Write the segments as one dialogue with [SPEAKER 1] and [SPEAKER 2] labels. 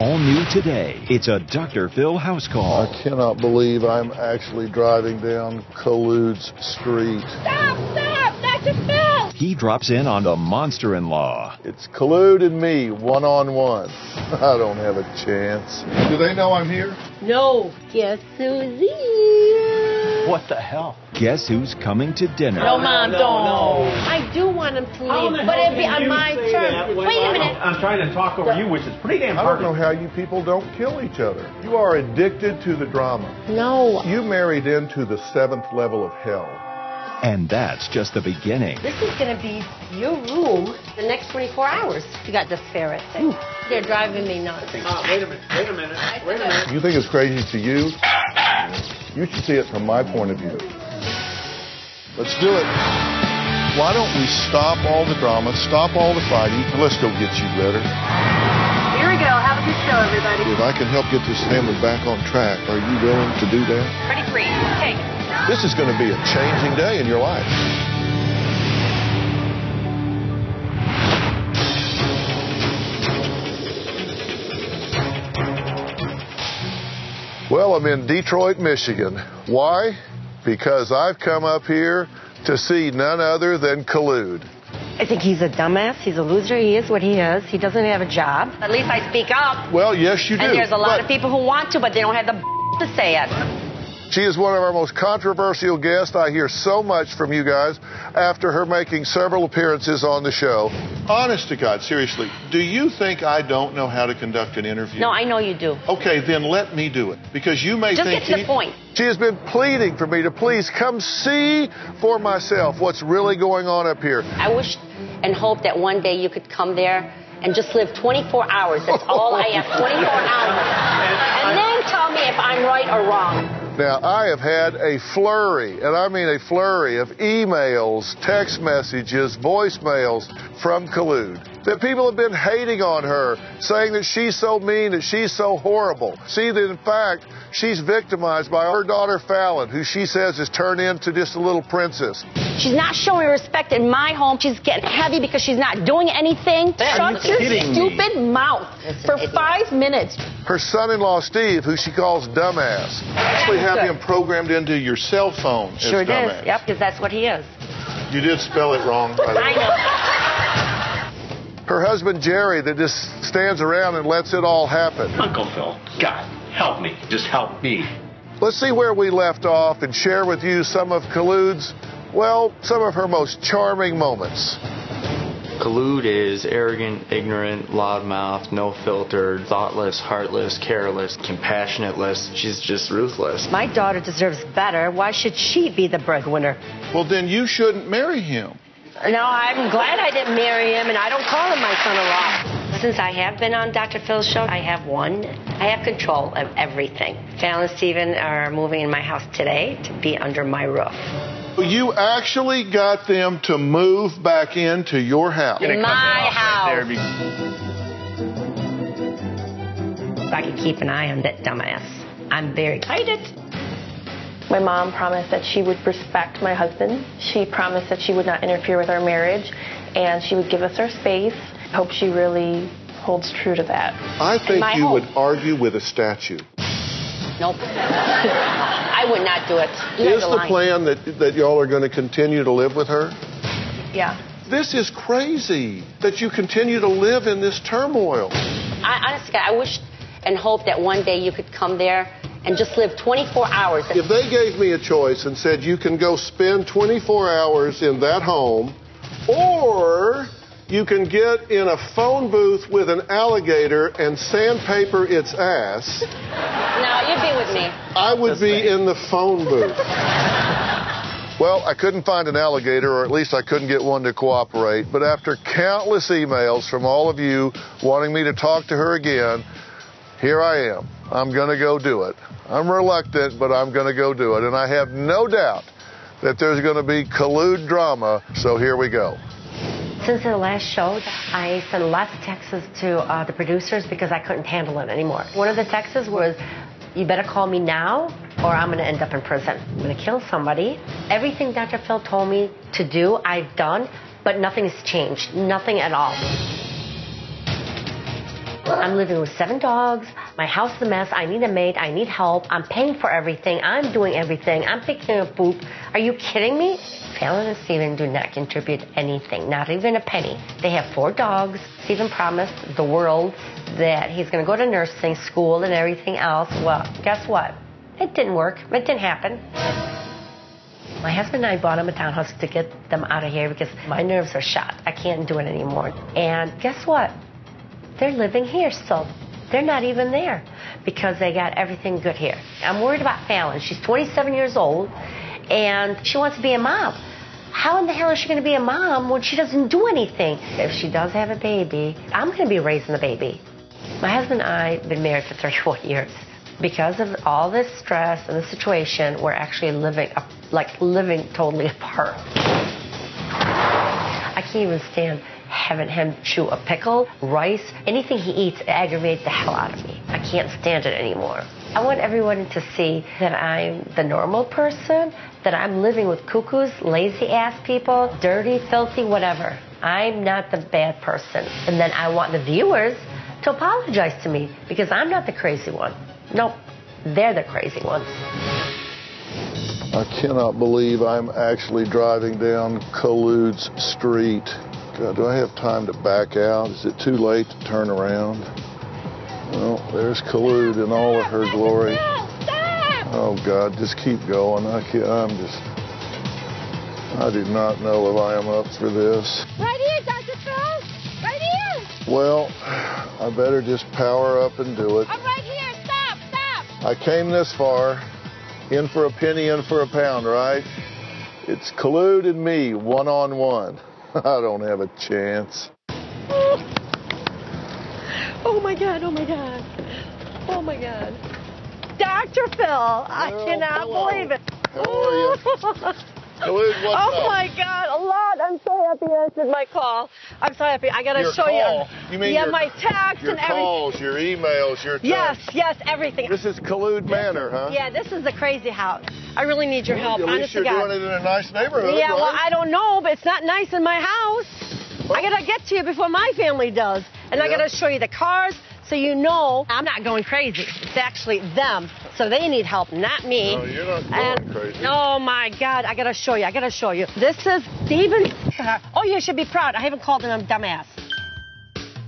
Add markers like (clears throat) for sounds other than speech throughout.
[SPEAKER 1] All new today. It's a Dr. Phil house call.
[SPEAKER 2] I cannot believe I'm actually driving down Colude's Street.
[SPEAKER 3] Stop, stop, Dr. Phil!
[SPEAKER 1] He drops in on the monster in law.
[SPEAKER 2] It's Colude and me, one on one. (laughs) I don't have a chance. Do they know I'm here?
[SPEAKER 3] No, guess who's here?
[SPEAKER 4] What the hell?
[SPEAKER 1] Guess who's coming to dinner?
[SPEAKER 3] No, Mom,
[SPEAKER 4] no,
[SPEAKER 3] don't.
[SPEAKER 4] no.
[SPEAKER 3] I do want him to
[SPEAKER 4] How in
[SPEAKER 3] leave,
[SPEAKER 4] the
[SPEAKER 3] but
[SPEAKER 4] hell
[SPEAKER 3] it'd be
[SPEAKER 4] can
[SPEAKER 3] on
[SPEAKER 4] you
[SPEAKER 3] my
[SPEAKER 4] say that
[SPEAKER 3] turn.
[SPEAKER 4] when
[SPEAKER 3] Wait a
[SPEAKER 4] I'm-
[SPEAKER 3] minute.
[SPEAKER 4] I'm trying to talk over you, which is pretty damn
[SPEAKER 2] I don't
[SPEAKER 4] hard.
[SPEAKER 2] know how you people don't kill each other. You are addicted to the drama.
[SPEAKER 3] No.
[SPEAKER 2] You married into the seventh level of hell.
[SPEAKER 1] And that's just the beginning.
[SPEAKER 5] This is going to be your room the next 24 hours. You got the ferret thing.
[SPEAKER 3] They're driving me nuts.
[SPEAKER 4] wait a minute. Wait a minute. Wait a minute.
[SPEAKER 2] You think it's crazy to you? You should see it from my point of view. Let's do it. Why don't we stop all the drama, stop all the fighting, and let's go get you better?
[SPEAKER 5] Here we go. Have a good show, everybody.
[SPEAKER 2] If I can help get this family back on track, are you willing to do that?
[SPEAKER 5] Ready, three, take.
[SPEAKER 2] This is going to be a changing day in your life. Well, I'm in Detroit, Michigan. Why? Because I've come up here to see none other than Collude.
[SPEAKER 5] I think he's a dumbass. He's a loser. He is what he is. He doesn't have a job. At least I speak up.
[SPEAKER 2] Well, yes, you do.
[SPEAKER 5] And there's a lot
[SPEAKER 2] but
[SPEAKER 5] of people who want to, but they don't have the to say it.
[SPEAKER 2] She is one of our most controversial guests. I hear so much from you guys after her making several appearances on the show. Honest to God, seriously, do you think I don't know how to conduct an interview?
[SPEAKER 5] No, I know you do.
[SPEAKER 2] Okay, then let me do it because you may
[SPEAKER 5] Just
[SPEAKER 2] think
[SPEAKER 5] get to the
[SPEAKER 2] he-
[SPEAKER 5] point.
[SPEAKER 2] She has been pleading for me to please come see for myself what's really going on up here.
[SPEAKER 5] I wish and hope that one day you could come there and just live 24 hours. That's all I have, 24 hours. And then tell me if I'm right or wrong.
[SPEAKER 2] Now, I have had a flurry, and I mean a flurry, of emails, text messages, voicemails from Collude. That people have been hating on her, saying that she's so mean, that she's so horrible. See, that in fact, she's victimized by her daughter Fallon, who she says has turned into just a little princess.
[SPEAKER 5] She's not showing respect in my home. She's getting heavy because she's not doing anything.
[SPEAKER 6] Shut your stupid mouth for five minutes.
[SPEAKER 2] Her son in law, Steve, who she calls dumbass, actually have him programmed into your cell phone
[SPEAKER 5] Sure it is. Yep, because that's what he is.
[SPEAKER 2] You did spell it wrong, by the way.
[SPEAKER 5] I know.
[SPEAKER 2] her husband Jerry that just stands around and lets it all happen.
[SPEAKER 4] Uncle Phil, God, help me. Just help me.
[SPEAKER 2] Let's see where we left off and share with you some of Kalude's, well, some of her most charming moments.
[SPEAKER 7] Collude is arrogant, ignorant, loudmouthed, no filter, thoughtless, heartless, careless, compassionateless. She's just ruthless.
[SPEAKER 5] My daughter deserves better. Why should she be the breadwinner?
[SPEAKER 2] Well, then you shouldn't marry him.
[SPEAKER 5] No, I'm glad I didn't marry him, and I don't call him my son-in-law. Since I have been on Dr. Phil's show, I have won. I have control of everything. Fallon and Steven are moving in my house today to be under my roof.
[SPEAKER 2] You actually got them to move back into your house.
[SPEAKER 5] My
[SPEAKER 4] There
[SPEAKER 5] house.
[SPEAKER 4] be
[SPEAKER 5] I can keep an eye on that dumbass. I'm very excited.
[SPEAKER 6] My mom promised that she would respect my husband. She promised that she would not interfere with our marriage and she would give us our space. I hope she really holds true to that.
[SPEAKER 2] I think
[SPEAKER 5] my
[SPEAKER 2] you
[SPEAKER 5] home.
[SPEAKER 2] would argue with a statue.
[SPEAKER 5] Nope. (laughs) I would not do it. You guys
[SPEAKER 2] Is
[SPEAKER 5] are
[SPEAKER 2] the
[SPEAKER 5] lying.
[SPEAKER 2] plan that, that y'all are going to continue to live with her?
[SPEAKER 6] Yeah.
[SPEAKER 2] This is crazy that you continue to live in this turmoil.
[SPEAKER 5] I honestly, God, I wish and hope that one day you could come there and just live 24 hours.
[SPEAKER 2] (laughs) If they gave me a choice and said, you can go spend 24 hours in that home, or you can get in a phone booth with an alligator and sandpaper its ass,
[SPEAKER 5] No, you'd be with me.
[SPEAKER 2] I would be in the phone booth. Well, I couldn't find an alligator, or at least I couldn't get one to cooperate. But after countless emails from all of you wanting me to talk to her again, here I am. I'm going to go do it. I'm reluctant, but I'm going to go do it. And I have no doubt that there's going to be collude drama, so here we go.
[SPEAKER 5] Since the last show, I sent lots of texts to uh, the producers because I couldn't handle it anymore. One of the texts was, "You better call me now, or I'm going to end up in prison. I'm going to kill somebody." Everything Dr. Phil told me to do, I've done, but nothing's changed. Nothing at all. I'm living with seven dogs. My house is a mess. I need a maid. I need help. I'm paying for everything. I'm doing everything. I'm picking up poop. Are you kidding me? Fallon and Steven do not contribute anything, not even a penny. They have four dogs. Steven promised the world that he's going to go to nursing school and everything else. Well, guess what? It didn't work. It didn't happen. My husband and I bought him a townhouse to get them out of here because my nerves are shot. I can't do it anymore. And guess what? they're living here still. They're not even there because they got everything good here. I'm worried about Fallon. She's 27 years old and she wants to be a mom. How in the hell is she going to be a mom when she doesn't do anything? If she does have a baby, I'm going to be raising the baby. My husband and I have been married for 31 (laughs) years. Because of all this stress and the situation, we're actually living, up- like living totally (laughs) apart. I can't even stand having him chew a pickle, rice, anything he eats aggravates the hell out of me. I can't stand it anymore. I want everyone to see that I'm the normal person, that I'm living with cuckoos, lazy ass people, dirty, filthy, whatever. I'm not the bad person. And then I want the viewers to apologize to me because I'm not the crazy one. Nope, they're the crazy ones.
[SPEAKER 2] I cannot believe I'm actually driving down Colude's Street. God, do I have time to back out? Is it too late to turn around? Well, there's Colude in all of her glory. Oh God, just keep going. I can't, I'm just. I do not know if I am up for this.
[SPEAKER 8] Right here, Dr. Phil. Right here.
[SPEAKER 2] Well, I better just power up and do it.
[SPEAKER 8] I'm right here. Stop, stop.
[SPEAKER 2] I came this far, in for a penny, in for a pound, right? It's collude and me, one on one. (laughs) I don't have a chance.
[SPEAKER 8] Oh my God, oh my God. Oh my God. Dr. Phil, I
[SPEAKER 2] Well,
[SPEAKER 8] cannot
[SPEAKER 2] hello.
[SPEAKER 8] believe it.
[SPEAKER 2] How
[SPEAKER 8] (laughs)
[SPEAKER 2] are you? Collude, what's
[SPEAKER 8] oh
[SPEAKER 2] up?
[SPEAKER 8] my God, a lot. I'm so happy you answered my call. I'm so happy. I gotta
[SPEAKER 2] Your
[SPEAKER 8] show
[SPEAKER 2] call.
[SPEAKER 8] you.
[SPEAKER 2] You mean
[SPEAKER 8] yeah,
[SPEAKER 2] your-
[SPEAKER 8] my tax
[SPEAKER 2] Your
[SPEAKER 8] and everything.
[SPEAKER 2] calls, your emails, your
[SPEAKER 8] Yes,
[SPEAKER 2] texts.
[SPEAKER 8] yes, everything.
[SPEAKER 2] This is Collude Manor, huh?
[SPEAKER 8] Yeah, this is the crazy house. I really need your
[SPEAKER 2] Well,
[SPEAKER 8] help.
[SPEAKER 2] At
[SPEAKER 8] honest
[SPEAKER 2] least
[SPEAKER 8] to
[SPEAKER 2] you're
[SPEAKER 8] God.
[SPEAKER 2] doing it in a nice neighborhood,
[SPEAKER 8] Yeah,
[SPEAKER 2] right?
[SPEAKER 8] well, I don't know, but it's not nice in my house. I gotta get to you before my family does, and I
[SPEAKER 2] Yeah.
[SPEAKER 8] gotta show you the cars so you know I'm not going crazy. It's actually them, so they need help, not me.
[SPEAKER 2] No, you're not
[SPEAKER 8] And-
[SPEAKER 2] going crazy.
[SPEAKER 8] Oh my God, I gotta show you. I gotta show you. This is Steven's car. Oh, you should be proud. I haven't called him a dumbass.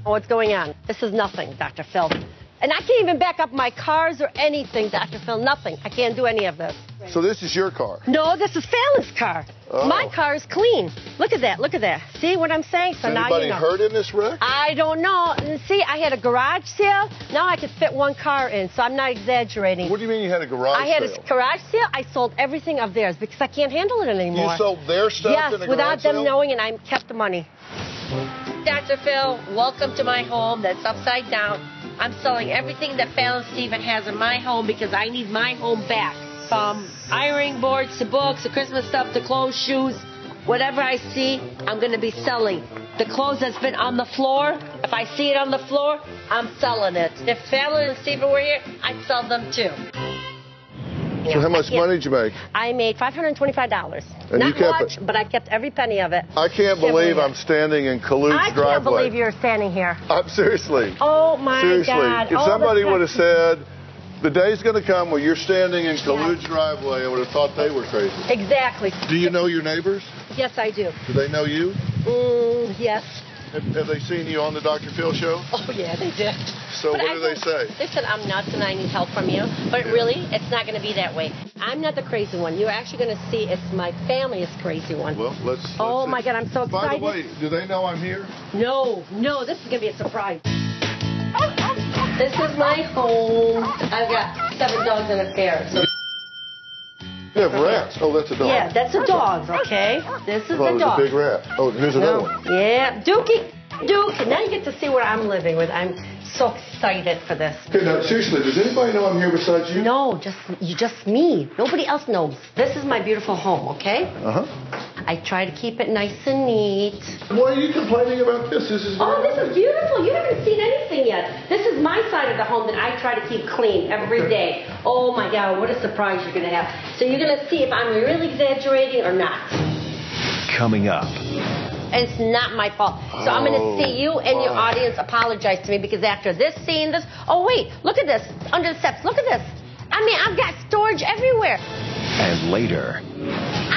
[SPEAKER 8] What's going on? This is nothing, Dr. Phil. And I can't even back up my cars or anything, Dr. Phil. Nothing. I can't do any of this.
[SPEAKER 2] So this is your car.
[SPEAKER 8] No, this is Fallon's car.
[SPEAKER 2] Oh.
[SPEAKER 8] My car is clean. Look at that. Look at that. See what I'm saying? So
[SPEAKER 2] Is
[SPEAKER 8] now
[SPEAKER 2] anybody
[SPEAKER 8] you know.
[SPEAKER 2] hurt in this wreck?
[SPEAKER 8] I don't know. And See, I had a garage sale. Now I could fit one car in, so I'm not exaggerating.
[SPEAKER 2] What do you mean you had a garage
[SPEAKER 8] I had
[SPEAKER 2] sale?
[SPEAKER 8] a garage sale. I sold everything of theirs because I can't handle it anymore.
[SPEAKER 2] You sold their stuff
[SPEAKER 8] Yes,
[SPEAKER 2] in a
[SPEAKER 8] without
[SPEAKER 2] garage
[SPEAKER 8] them
[SPEAKER 2] sale?
[SPEAKER 8] knowing, and I kept the money.
[SPEAKER 5] Dr. Phil, welcome to my home that's upside down. I'm selling everything that Fallon Steven has in my home because I need my home back. From ironing boards to books to Christmas stuff to clothes, shoes, whatever I see, I'm going to be selling. The clothes that's been on the floor, if I see it on the floor, I'm selling it. If Fallon and Steven were here, I'd sell them too.
[SPEAKER 2] So how much
[SPEAKER 8] Yeah.
[SPEAKER 2] money did you make?
[SPEAKER 8] I made $525.
[SPEAKER 2] And
[SPEAKER 8] Not
[SPEAKER 2] you kept
[SPEAKER 8] much, but I kept every penny of it.
[SPEAKER 2] I can't believe
[SPEAKER 8] it.
[SPEAKER 2] I'm standing in Colude's
[SPEAKER 8] I
[SPEAKER 2] driveway.
[SPEAKER 8] can't believe you're standing here.
[SPEAKER 2] I'm Uh, seriously.
[SPEAKER 8] Oh my
[SPEAKER 2] Seriously,
[SPEAKER 8] God.
[SPEAKER 2] if
[SPEAKER 8] Oh,
[SPEAKER 2] somebody
[SPEAKER 8] this-
[SPEAKER 2] would have said, the day's going to come where you're standing in Kalu's driveway, I would have thought they were crazy.
[SPEAKER 8] Exactly.
[SPEAKER 2] Do you know your neighbors?
[SPEAKER 8] Yes, I do.
[SPEAKER 2] Do they know you?
[SPEAKER 8] Mm, yes.
[SPEAKER 2] Have, have they seen you on the Dr. Phil show?
[SPEAKER 8] Oh, yeah, they did.
[SPEAKER 2] So what do they say?
[SPEAKER 5] They said I'm nuts and I need help from you, but really, it's not going to be that way.
[SPEAKER 8] I'm not the crazy one. You're actually going to see it's my family is crazy one.
[SPEAKER 2] Well, let's. let's
[SPEAKER 8] Oh,
[SPEAKER 2] see.
[SPEAKER 8] my God, I'm so
[SPEAKER 2] By the
[SPEAKER 8] excited.
[SPEAKER 2] way, do they know I'm here?
[SPEAKER 8] No, no, this is going to be a surprise.
[SPEAKER 5] This is my home. I've got seven dogs and a bear. So
[SPEAKER 2] You have rats. Oh, that's a dog.
[SPEAKER 8] Yeah, that's the dogs, okay? This is
[SPEAKER 2] Oh,
[SPEAKER 8] the
[SPEAKER 2] there's a
[SPEAKER 8] dog.
[SPEAKER 2] big rat. Oh, here's another
[SPEAKER 8] No.
[SPEAKER 2] one.
[SPEAKER 8] Yeah, Dookie, Duke. Now you get to see where I'm living with. I'm
[SPEAKER 5] so excited for this.
[SPEAKER 2] Hey, now, seriously, does anybody know I'm here besides you?
[SPEAKER 5] No, just you, just me. Nobody else knows. This is my beautiful home, okay?
[SPEAKER 2] Uh huh.
[SPEAKER 5] I try to keep it nice and neat.
[SPEAKER 2] Why are you complaining about this? This is.
[SPEAKER 5] Oh,
[SPEAKER 2] very
[SPEAKER 5] this is
[SPEAKER 2] nice.
[SPEAKER 5] beautiful. You haven't seen anything yet. This is my side of the home that I try to keep clean every day. Oh my God, what a surprise you're gonna have. So you're gonna see if I'm really exaggerating or not.
[SPEAKER 1] Coming up,
[SPEAKER 5] And it's not my fault. So I'm
[SPEAKER 2] Oh,
[SPEAKER 5] gonna see you and your
[SPEAKER 2] wow.
[SPEAKER 5] audience apologize to me because after this scene, this oh wait, look at this under the steps. Look at this. I mean, I've got storage everywhere.
[SPEAKER 1] and later,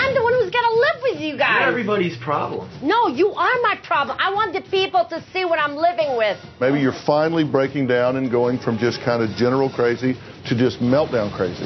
[SPEAKER 5] I'm the one who's gonna live with you guys.
[SPEAKER 9] everybody's problem.
[SPEAKER 5] No, you are my problem. I want the people to see what I'm living with.
[SPEAKER 2] Maybe you're finally breaking down and going from just kind of general crazy to just meltdown crazy.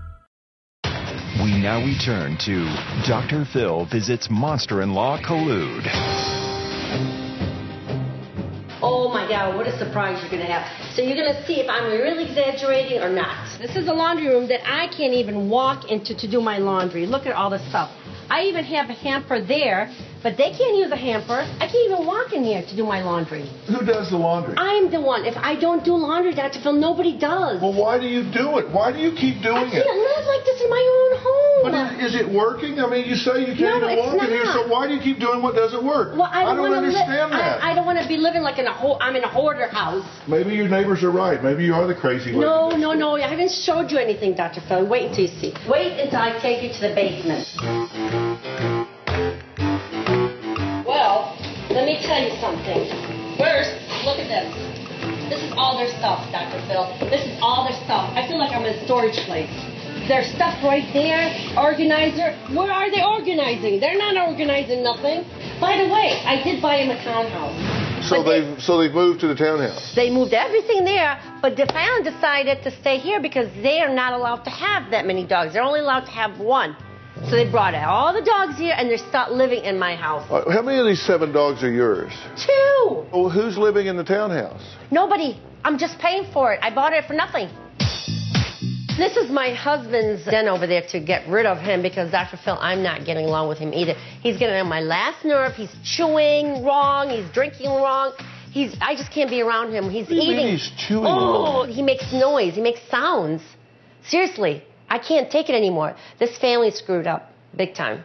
[SPEAKER 1] we now return to Dr. Phil visits monster in law Collude.
[SPEAKER 5] Oh my God, what a surprise you're going to have. So you're going to see if I'm really exaggerating or not. This is a laundry room that I can't even walk into to do my laundry. Look at all this stuff. I even have a hamper there, but they can't use a hamper. I can't even walk in here to do my laundry.
[SPEAKER 2] Who does the laundry?
[SPEAKER 5] I'm the one. If I don't do laundry, Dr. Phil, nobody does.
[SPEAKER 2] Well, why do you do it? Why do you keep
[SPEAKER 5] I
[SPEAKER 2] doing
[SPEAKER 5] can't
[SPEAKER 2] it?
[SPEAKER 5] live like this in my own home.
[SPEAKER 2] But is, is it working? I mean, you say you can't
[SPEAKER 5] No,
[SPEAKER 2] even
[SPEAKER 5] it's
[SPEAKER 2] walk in here,
[SPEAKER 5] not.
[SPEAKER 2] so why do you keep doing what doesn't work?
[SPEAKER 5] well, I don't,
[SPEAKER 2] don't
[SPEAKER 5] wanna
[SPEAKER 2] understand
[SPEAKER 5] li-
[SPEAKER 2] that.
[SPEAKER 5] I, I don't want to be living like in a ho- I'm in a hoarder house.
[SPEAKER 2] Maybe your neighbors are right. Maybe you are the crazy lady.
[SPEAKER 5] No, no, no. I haven't showed you anything, Dr. Phil. Wait until you see. Wait until I take you to the basement. Well, let me tell you something. First, look at this. This is all their stuff, Dr. Phil. This is all their stuff. I feel like I'm in a storage place. Their stuff right there, organizer. Where are they organizing? They're not organizing nothing. By the way, I did buy him a townhouse.
[SPEAKER 2] So they've so they've moved to the townhouse.
[SPEAKER 5] They moved everything there, but DeFallon decided to stay here because they are not allowed to have that many dogs. They're only allowed to have one. So they brought all the dogs here and they start living in my house.
[SPEAKER 2] Uh, How many of these seven dogs are yours?
[SPEAKER 5] Two!
[SPEAKER 2] Well, who's living in the townhouse?
[SPEAKER 5] Nobody. I'm just paying for it. I bought it for nothing. This is my husband's den over there to get rid of him because Dr. Phil, I'm not getting along with him either. He's getting on my last nerve. He's chewing wrong. He's drinking wrong. He's I just can't be around him. He's
[SPEAKER 2] What do you mean
[SPEAKER 5] eating.
[SPEAKER 2] he's chewing
[SPEAKER 5] Oh,
[SPEAKER 2] wrong?
[SPEAKER 5] he makes noise. He makes sounds. Seriously, I can't take it anymore. This family screwed up big time.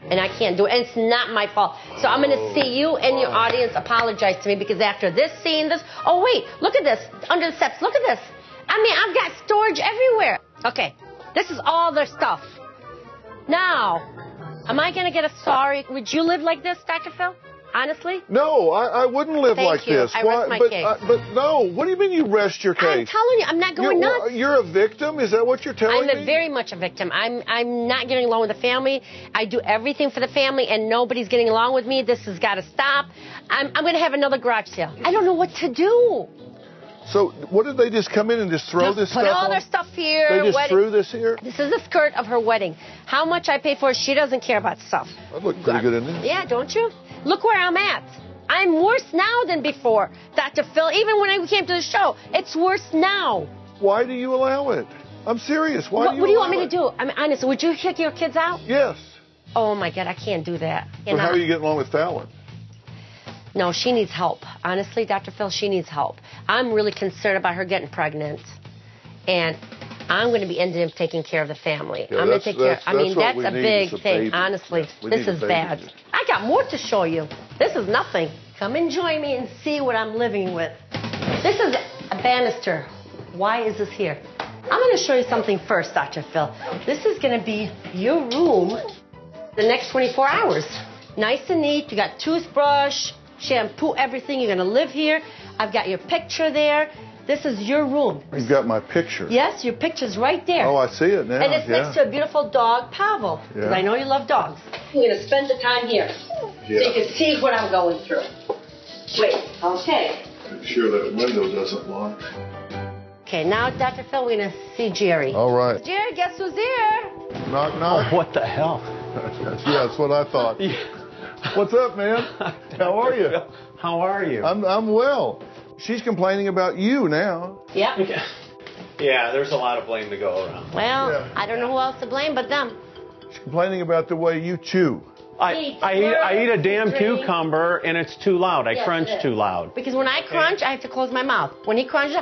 [SPEAKER 5] And I can't do it. And it's not my fault. So I'm going to see you and your audience apologize to me because after this scene, this. Oh, wait, look at this. Under the steps, look at this. I mean, I've got storage everywhere. Okay, this is all their stuff. Now, am I going to get a sorry? Would you live like this, Dr. Phil? Honestly?
[SPEAKER 2] No, I, I wouldn't live
[SPEAKER 5] Thank
[SPEAKER 2] like
[SPEAKER 5] you.
[SPEAKER 2] this.
[SPEAKER 5] I rest my
[SPEAKER 2] but,
[SPEAKER 5] case.
[SPEAKER 2] I- but no, what do you mean you rest your
[SPEAKER 5] I'm
[SPEAKER 2] case?
[SPEAKER 5] telling you, I'm not going
[SPEAKER 2] you're,
[SPEAKER 5] nuts.
[SPEAKER 2] You're a victim? Is that what you're telling
[SPEAKER 5] I'm
[SPEAKER 2] me?
[SPEAKER 5] a very much a victim. I'm I'm not getting along with the family. I do everything for the family, and nobody's getting along with me. This has got to stop. I'm I'm gonna have another garage sale. I don't know what to do.
[SPEAKER 2] So what did they just come in and just throw
[SPEAKER 5] Just
[SPEAKER 2] this
[SPEAKER 5] put
[SPEAKER 2] stuff
[SPEAKER 5] all
[SPEAKER 2] on?
[SPEAKER 5] their stuff here.
[SPEAKER 2] They just
[SPEAKER 5] wedding-
[SPEAKER 2] threw this here?
[SPEAKER 5] This is the skirt of her wedding. How much I pay for it, she doesn't care about stuff.
[SPEAKER 2] I look pretty good in there.
[SPEAKER 5] Yeah, don't you? Look where I'm at. I'm worse now than before, Dr. Phil. Even when I came to the show, it's worse now.
[SPEAKER 2] Why do you allow it? I'm serious. Why
[SPEAKER 5] what
[SPEAKER 2] do you
[SPEAKER 5] what do you
[SPEAKER 2] allow
[SPEAKER 5] want me to do?
[SPEAKER 2] it?
[SPEAKER 5] I'm honest. Would you kick your kids out?
[SPEAKER 2] Yes.
[SPEAKER 5] Oh my God, I can't do that.
[SPEAKER 2] But how
[SPEAKER 5] Cannot.
[SPEAKER 2] are you getting along with Fallon?
[SPEAKER 5] No, she needs help. Honestly, Dr. Phil, she needs help. I'm really concerned about her getting pregnant, and I'm going to be ending up taking care of the family.
[SPEAKER 2] Yeah,
[SPEAKER 5] I'm going
[SPEAKER 2] that's-
[SPEAKER 5] to take care.
[SPEAKER 2] that's-
[SPEAKER 5] I mean,
[SPEAKER 2] that's
[SPEAKER 5] that's
[SPEAKER 2] what
[SPEAKER 5] a
[SPEAKER 2] we need is
[SPEAKER 5] big
[SPEAKER 2] a
[SPEAKER 5] thing.
[SPEAKER 2] baby.
[SPEAKER 5] Honestly,
[SPEAKER 2] We
[SPEAKER 5] this
[SPEAKER 2] need a
[SPEAKER 5] is
[SPEAKER 2] baby.
[SPEAKER 5] bad. I got more to show you. This is nothing Come and join me and see what I'm living with. This is a banister. Why is this here? I'm going to show you something first, Dr. Phil. This is going to be your room the next 24 hours. Nice and neat. You got toothbrush, shampoo, everything. You're going to live here. I've got your picture there. This is your room.
[SPEAKER 2] You've got my picture.
[SPEAKER 5] Yes, your picture's right there.
[SPEAKER 2] Oh, I see it now.
[SPEAKER 5] and it's
[SPEAKER 2] yeah.
[SPEAKER 5] next to a beautiful dog, Pavel, because
[SPEAKER 2] Yeah.
[SPEAKER 5] I know you love dogs. You're going to spend the time here so you can see what I'm going through. Wait, okay.
[SPEAKER 2] I'm sure that window doesn't lock.
[SPEAKER 5] Okay, now, Dr. Phil, we're going to see Jerry.
[SPEAKER 2] All right.
[SPEAKER 5] Jerry, guess who's here?
[SPEAKER 2] Knock, knock. what the hell? (laughs) yeah, that's what
[SPEAKER 5] (laughs)
[SPEAKER 2] I thought. What's up, man? How are you? How are
[SPEAKER 9] Uh,
[SPEAKER 2] you? I'm, I'm well. She's complaining about you now.
[SPEAKER 5] Yeah.
[SPEAKER 9] Yeah, there's a lot of blame to go around.
[SPEAKER 5] Well, I don't know who else to blame but them.
[SPEAKER 2] She's complaining about the way you chew.
[SPEAKER 9] I, I, eat, I eat a damn cucumber and it's too loud. I
[SPEAKER 5] Yes,
[SPEAKER 9] crunch
[SPEAKER 5] it is.
[SPEAKER 9] too loud.
[SPEAKER 5] Because when I crunch, I have to close my mouth. When he crunches,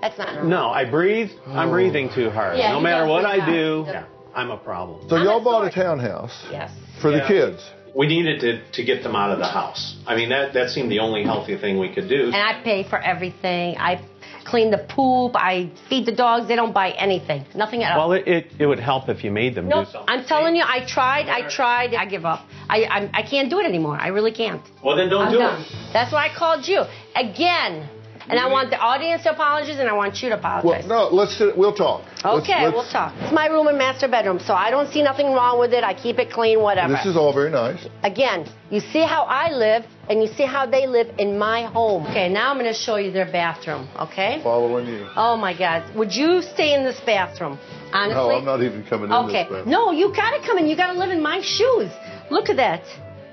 [SPEAKER 5] that's not normal.
[SPEAKER 9] No, I breathe. I'm
[SPEAKER 2] Oh.
[SPEAKER 9] breathing too hard.
[SPEAKER 5] Yeah,
[SPEAKER 9] no
[SPEAKER 5] he
[SPEAKER 9] matter
[SPEAKER 5] does
[SPEAKER 9] what
[SPEAKER 5] do
[SPEAKER 9] I
[SPEAKER 5] that.
[SPEAKER 9] do,
[SPEAKER 5] Yeah.
[SPEAKER 9] I'm a problem.
[SPEAKER 2] So y'all bought a townhouse.
[SPEAKER 5] Yes.
[SPEAKER 2] For the kids.
[SPEAKER 9] We needed to, to get them out of the house. I mean, that, that seemed the only healthy thing we could do.
[SPEAKER 5] And I pay for everything. I clean the poop. I feed the dogs. They don't buy anything. Nothing at all.
[SPEAKER 9] Well, it, it, it would help if you made them
[SPEAKER 5] Nope.
[SPEAKER 9] do something.
[SPEAKER 5] I'm telling you, I tried, I tried, I give up. I I'm, I can't do it anymore. I really can't.
[SPEAKER 9] Well, then don't
[SPEAKER 5] I'm
[SPEAKER 9] do
[SPEAKER 5] done.
[SPEAKER 9] it.
[SPEAKER 5] That's why I called you again. And I want the audience to apologize, and I want you to apologize.
[SPEAKER 2] Well, no, let's sit, we'll talk. Let's-
[SPEAKER 5] okay,
[SPEAKER 2] let's-
[SPEAKER 5] we'll talk. It's my room and master bedroom, so I don't see nothing wrong with it. I keep it clean, whatever.
[SPEAKER 2] This is all very nice.
[SPEAKER 5] Again, you see how I live, and you see how they live in my home. Okay, now I'm going to show you their bathroom. Okay.
[SPEAKER 2] Following you.
[SPEAKER 5] Oh my God! Would you stay in this bathroom? Honestly.
[SPEAKER 2] No, I'm not even coming in
[SPEAKER 5] Okay.
[SPEAKER 2] this bathroom.
[SPEAKER 5] No, you gotta come in. You gotta live in my shoes. Look at that.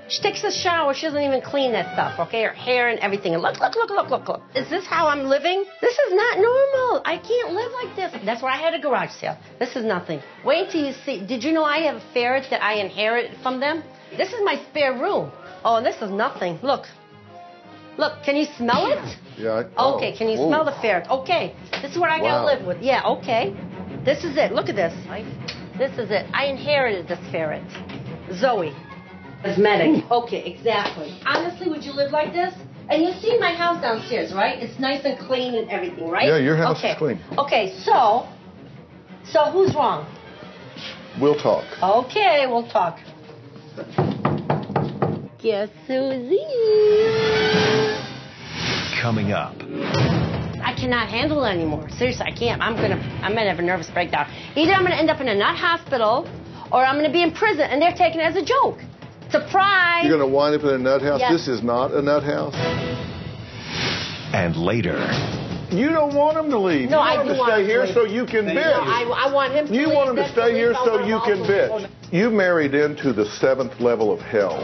[SPEAKER 5] She takes a shower. She doesn't even clean that stuff. Okay, her hair and everything. And look, look, look, look, look, look. Is this how I'm living? This is not normal. I can't live like this. That's why I had a garage sale. This is nothing. Wait till you see. Did you know I have a ferret that I inherited from them? This is my spare room. Oh, and this is nothing. Look. Look, can you smell it?
[SPEAKER 2] Yeah. I- oh,
[SPEAKER 5] Okay, can you
[SPEAKER 2] whoa.
[SPEAKER 5] smell the ferret? Okay, this is what I
[SPEAKER 2] Wow.
[SPEAKER 5] gotta live with. Yeah, okay. This is it. Look at this. This is it. I inherited this ferret. Zoe.
[SPEAKER 2] (laughs)
[SPEAKER 5] Cosmetic. Okay, exactly. Honestly, would you live like this? And you see my house downstairs, right? It's nice and clean and everything, right?
[SPEAKER 2] Yeah, your house
[SPEAKER 5] okay.
[SPEAKER 2] is clean.
[SPEAKER 5] Okay, so, so who's wrong?
[SPEAKER 2] We'll talk.
[SPEAKER 5] Okay, we'll talk. Guess Susie.
[SPEAKER 1] Coming up,
[SPEAKER 5] I cannot handle it anymore. Seriously, I can't. I'm gonna I'm gonna have a nervous breakdown. Either I'm gonna end up in a nut hospital or I'm gonna be in prison and they're taking it as a joke. Surprise!
[SPEAKER 2] You're going to wind up in a nut house.
[SPEAKER 5] Yes.
[SPEAKER 2] This is not a nut house.
[SPEAKER 1] and later,
[SPEAKER 2] You don't want them to leave.
[SPEAKER 5] No,
[SPEAKER 2] you
[SPEAKER 5] I
[SPEAKER 2] want
[SPEAKER 5] do
[SPEAKER 2] them to
[SPEAKER 5] want
[SPEAKER 2] stay
[SPEAKER 5] him to
[SPEAKER 2] here
[SPEAKER 5] leave.
[SPEAKER 2] so you can
[SPEAKER 5] No,
[SPEAKER 2] bitch.
[SPEAKER 5] I, I want him to
[SPEAKER 2] You
[SPEAKER 5] leave.
[SPEAKER 2] want them to
[SPEAKER 5] That's
[SPEAKER 2] stay
[SPEAKER 5] the
[SPEAKER 2] here
[SPEAKER 5] least I
[SPEAKER 2] so
[SPEAKER 5] want
[SPEAKER 2] you
[SPEAKER 5] him
[SPEAKER 2] can
[SPEAKER 5] to
[SPEAKER 2] bitch. You married into the seventh level of hell.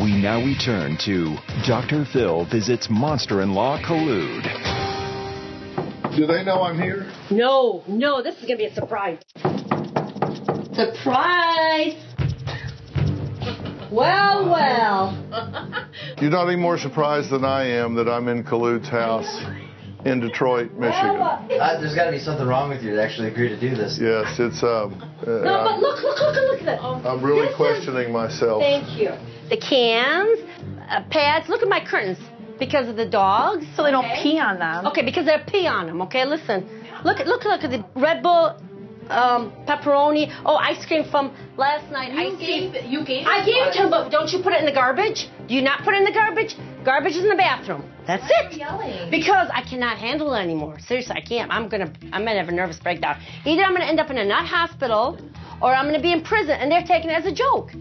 [SPEAKER 1] we now return to Dr. Phil visits Monster in Law Collude.
[SPEAKER 2] Do they know I'm here?
[SPEAKER 5] No, no, this is gonna be a surprise. Surprise! Well, well.
[SPEAKER 2] You're not any more surprised than I am that I'm in Kalud's house in Detroit, Michigan.
[SPEAKER 10] Uh, there's got to be something wrong with you to actually agree to do this.
[SPEAKER 2] Yes, it's um. uh,
[SPEAKER 5] No, but look, look, look, look at that.
[SPEAKER 2] I'm really questioning myself.
[SPEAKER 5] Thank you. The cans, uh, pads. Look at my curtains because of the dogs. So they don't pee on them. Okay, because they pee on them. Okay, listen. Look, at look, look at the Red Bull. Um, pepperoni. Oh, ice cream from last night. ice cream. you gave. I gave it to him, but don't you put it in the garbage? Do you not put it in the garbage? Garbage is in the bathroom. That's it. Because I cannot handle it anymore. Seriously, I can't. I'm gonna. I'm gonna have a nervous breakdown. Either I'm gonna end up in a nut hospital, or I'm gonna be in prison, and they're taking it as a joke.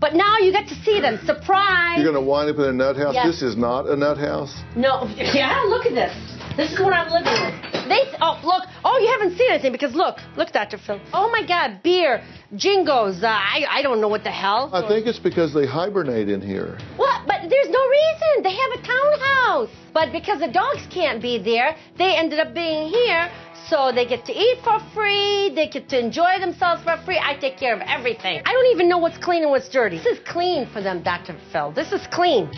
[SPEAKER 5] But now you get to see them. Surprise!
[SPEAKER 2] You're going to wind up in a nut house.
[SPEAKER 5] Yes.
[SPEAKER 2] This is not a nut house.
[SPEAKER 5] No, yeah, look at this. This is what I'm living with. They, oh, look. Oh, you haven't seen anything because look, look, Dr. Phil. Oh my God, beer, jingos. Uh, I, I don't know what the hell.
[SPEAKER 2] I think it's because they hibernate in here.
[SPEAKER 5] What? But there's no reason. They have a townhouse. But because the dogs can't be there, they ended up being here. So they get to eat for free. They get to enjoy themselves for free. I take care of everything. I don't even know what's clean and what's dirty. This is clean for them, Dr. Phil. This is clean.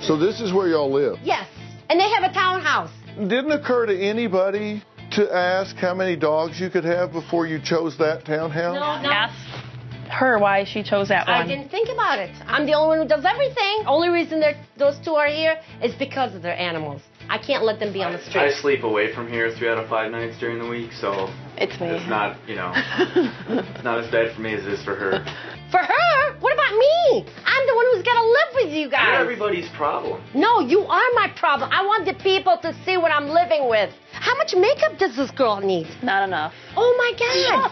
[SPEAKER 2] So this is where y'all live.
[SPEAKER 5] Yes. And they have a townhouse.
[SPEAKER 2] Didn't occur to anybody to ask how many dogs you could have before you chose that townhouse?
[SPEAKER 5] No, no.
[SPEAKER 11] her why she chose that one.
[SPEAKER 5] I didn't think about it. I'm the only one who does everything. Only reason they're- those two are here is because of their animals. I can't let them be on the
[SPEAKER 7] I
[SPEAKER 5] street.
[SPEAKER 7] sleep away from here three out of five nights during the week, so
[SPEAKER 11] it's
[SPEAKER 5] me.
[SPEAKER 7] It's not,
[SPEAKER 5] (laughs)
[SPEAKER 7] you know, it's not as bad for me as it is for her.
[SPEAKER 5] For her? What about me? I'm the one who's gonna live with you
[SPEAKER 7] Not
[SPEAKER 5] guys.
[SPEAKER 7] everybody's problem.
[SPEAKER 5] No, you are my problem. I want the people to see what I'm living with. How much makeup does this girl need?
[SPEAKER 11] Not enough.
[SPEAKER 5] Oh my God.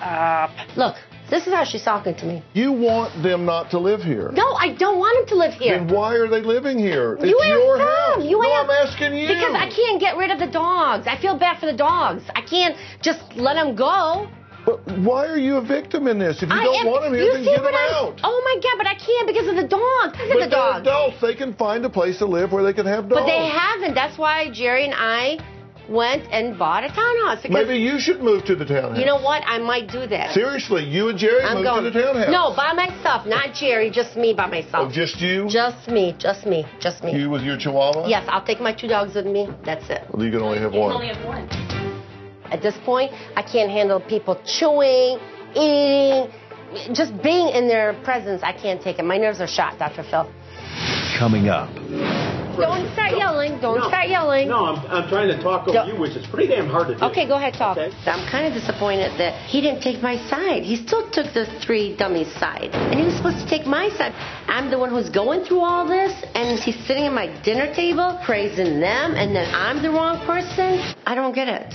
[SPEAKER 5] Look, this is how she's talking to me.
[SPEAKER 2] You want them not to live here.
[SPEAKER 5] No, I don't want him to live here.
[SPEAKER 2] Then why are they living here?
[SPEAKER 5] you
[SPEAKER 2] it's
[SPEAKER 5] ask
[SPEAKER 2] your
[SPEAKER 5] them.
[SPEAKER 2] house.
[SPEAKER 5] You
[SPEAKER 2] no,
[SPEAKER 5] ask,
[SPEAKER 2] I'm asking you.
[SPEAKER 5] Because I can't get rid of the dogs. I feel bad for the dogs. I can't just let them go.
[SPEAKER 2] But why are you a victim in this? If you
[SPEAKER 5] I
[SPEAKER 2] don't
[SPEAKER 5] am-
[SPEAKER 2] want them here,
[SPEAKER 5] you
[SPEAKER 2] then
[SPEAKER 5] see
[SPEAKER 2] get
[SPEAKER 5] what
[SPEAKER 2] them
[SPEAKER 5] I-
[SPEAKER 2] out.
[SPEAKER 5] Oh my God! But I can't because of the dogs. Because
[SPEAKER 2] but
[SPEAKER 5] of the dogs.
[SPEAKER 2] they're adults. They can find a place to live where they can have dogs.
[SPEAKER 5] But they haven't. That's why Jerry and I went and bought a townhouse. Because
[SPEAKER 2] Maybe you should move to the townhouse.
[SPEAKER 5] you know what? I might do that.
[SPEAKER 2] Seriously, you and Jerry
[SPEAKER 5] I'm
[SPEAKER 2] move
[SPEAKER 5] going.
[SPEAKER 2] to the townhouse.
[SPEAKER 5] No, by myself, not Jerry. Just me by myself.
[SPEAKER 2] Oh, just you?
[SPEAKER 5] Just me. Just me. Just me.
[SPEAKER 2] You with your chihuahua?
[SPEAKER 5] Yes, I'll take my two dogs with me. That's it.
[SPEAKER 2] Well, you can only have one.
[SPEAKER 5] have one. At this point, I can't handle people chewing, eating, just being in their presence. I can't take it. My nerves are shot, Dr. Phil.
[SPEAKER 1] Coming up,
[SPEAKER 5] Don't start yelling. Don't
[SPEAKER 9] No.
[SPEAKER 5] start yelling.
[SPEAKER 9] No, I'm, I'm trying to talk over you, which is pretty damn hard to do.
[SPEAKER 5] Okay, go ahead, talk. I'm kind of disappointed that he didn't take my side. He still took the three dummies' side, and he was supposed to take my side. I'm the one who's going through all this, and he's sitting at my dinner table praising them, and then I'm the wrong person. I don't get it.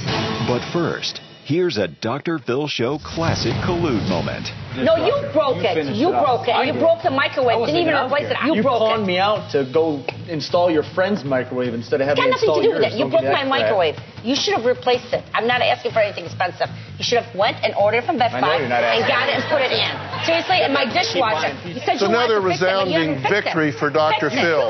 [SPEAKER 1] but first, here's a Dr. Phil Show classic collude moment.
[SPEAKER 4] No, you broke it. You broke it. You broke the microwave. Didn't even replace it. You, broke it.
[SPEAKER 12] pawned me out to go install your friend's microwave instead of
[SPEAKER 4] It's
[SPEAKER 12] having
[SPEAKER 4] got
[SPEAKER 12] to
[SPEAKER 4] nothing
[SPEAKER 12] install
[SPEAKER 4] to do with
[SPEAKER 12] yours.
[SPEAKER 4] it. You
[SPEAKER 12] Don't give
[SPEAKER 4] broke
[SPEAKER 12] me
[SPEAKER 4] my
[SPEAKER 12] that crap.
[SPEAKER 4] microwave. You should have replaced it. I'm not asking for anything expensive. You should have went and ordered from Best
[SPEAKER 12] I know
[SPEAKER 4] Buy
[SPEAKER 12] you're not
[SPEAKER 4] and
[SPEAKER 12] asking.
[SPEAKER 4] got it and put it in. Seriously, and my dishwasher. You said
[SPEAKER 2] It's
[SPEAKER 4] you
[SPEAKER 2] another
[SPEAKER 4] wanted to fix it, but you haven't
[SPEAKER 2] resounding
[SPEAKER 4] fixed it.
[SPEAKER 2] victory for Dr.
[SPEAKER 4] Fix it. (laughs)
[SPEAKER 2] Phil.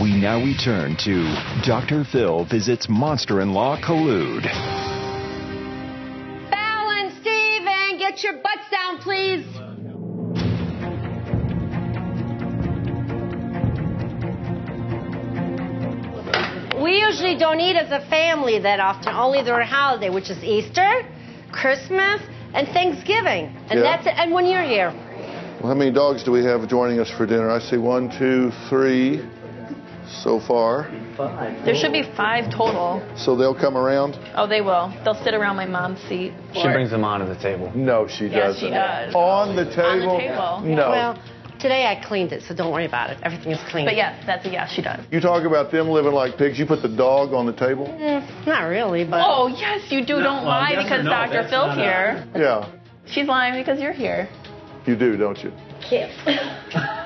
[SPEAKER 1] We now return to Dr. Phil visits Monster in Law Collude.
[SPEAKER 5] Val and Steven, get your butts down, please. We usually don't eat as a family that often, only during holiday, which is Easter, Christmas, and Thanksgiving. And
[SPEAKER 2] Yeah.
[SPEAKER 5] that's it. And when you're here.
[SPEAKER 2] Well, how many dogs do we have joining us for dinner? I see one, two, three so far. Five.
[SPEAKER 11] There should be five total.
[SPEAKER 2] So they'll come around?
[SPEAKER 11] Oh, they will. They'll sit around my mom's seat. or-
[SPEAKER 2] them onto the table. No, she
[SPEAKER 11] Yeah,
[SPEAKER 2] doesn't.
[SPEAKER 11] she does.
[SPEAKER 2] On the table?
[SPEAKER 11] table.
[SPEAKER 2] No.
[SPEAKER 5] Well, today I cleaned it, so don't worry about it. Everything is clean.
[SPEAKER 11] But yes, that's a yes, she does.
[SPEAKER 2] You talk about them living like pigs. You put the dog on the table?
[SPEAKER 5] Mm, not really, but.
[SPEAKER 11] Oh, yes, you do.
[SPEAKER 5] No,
[SPEAKER 11] don't
[SPEAKER 5] well,
[SPEAKER 11] lie
[SPEAKER 5] yes or
[SPEAKER 11] because
[SPEAKER 5] no,
[SPEAKER 11] Dr.
[SPEAKER 5] that's
[SPEAKER 11] Phil's
[SPEAKER 5] not a-
[SPEAKER 11] here.
[SPEAKER 2] Yeah,
[SPEAKER 11] She's lying because you're here.
[SPEAKER 2] you do, don't you?
[SPEAKER 11] Kiss.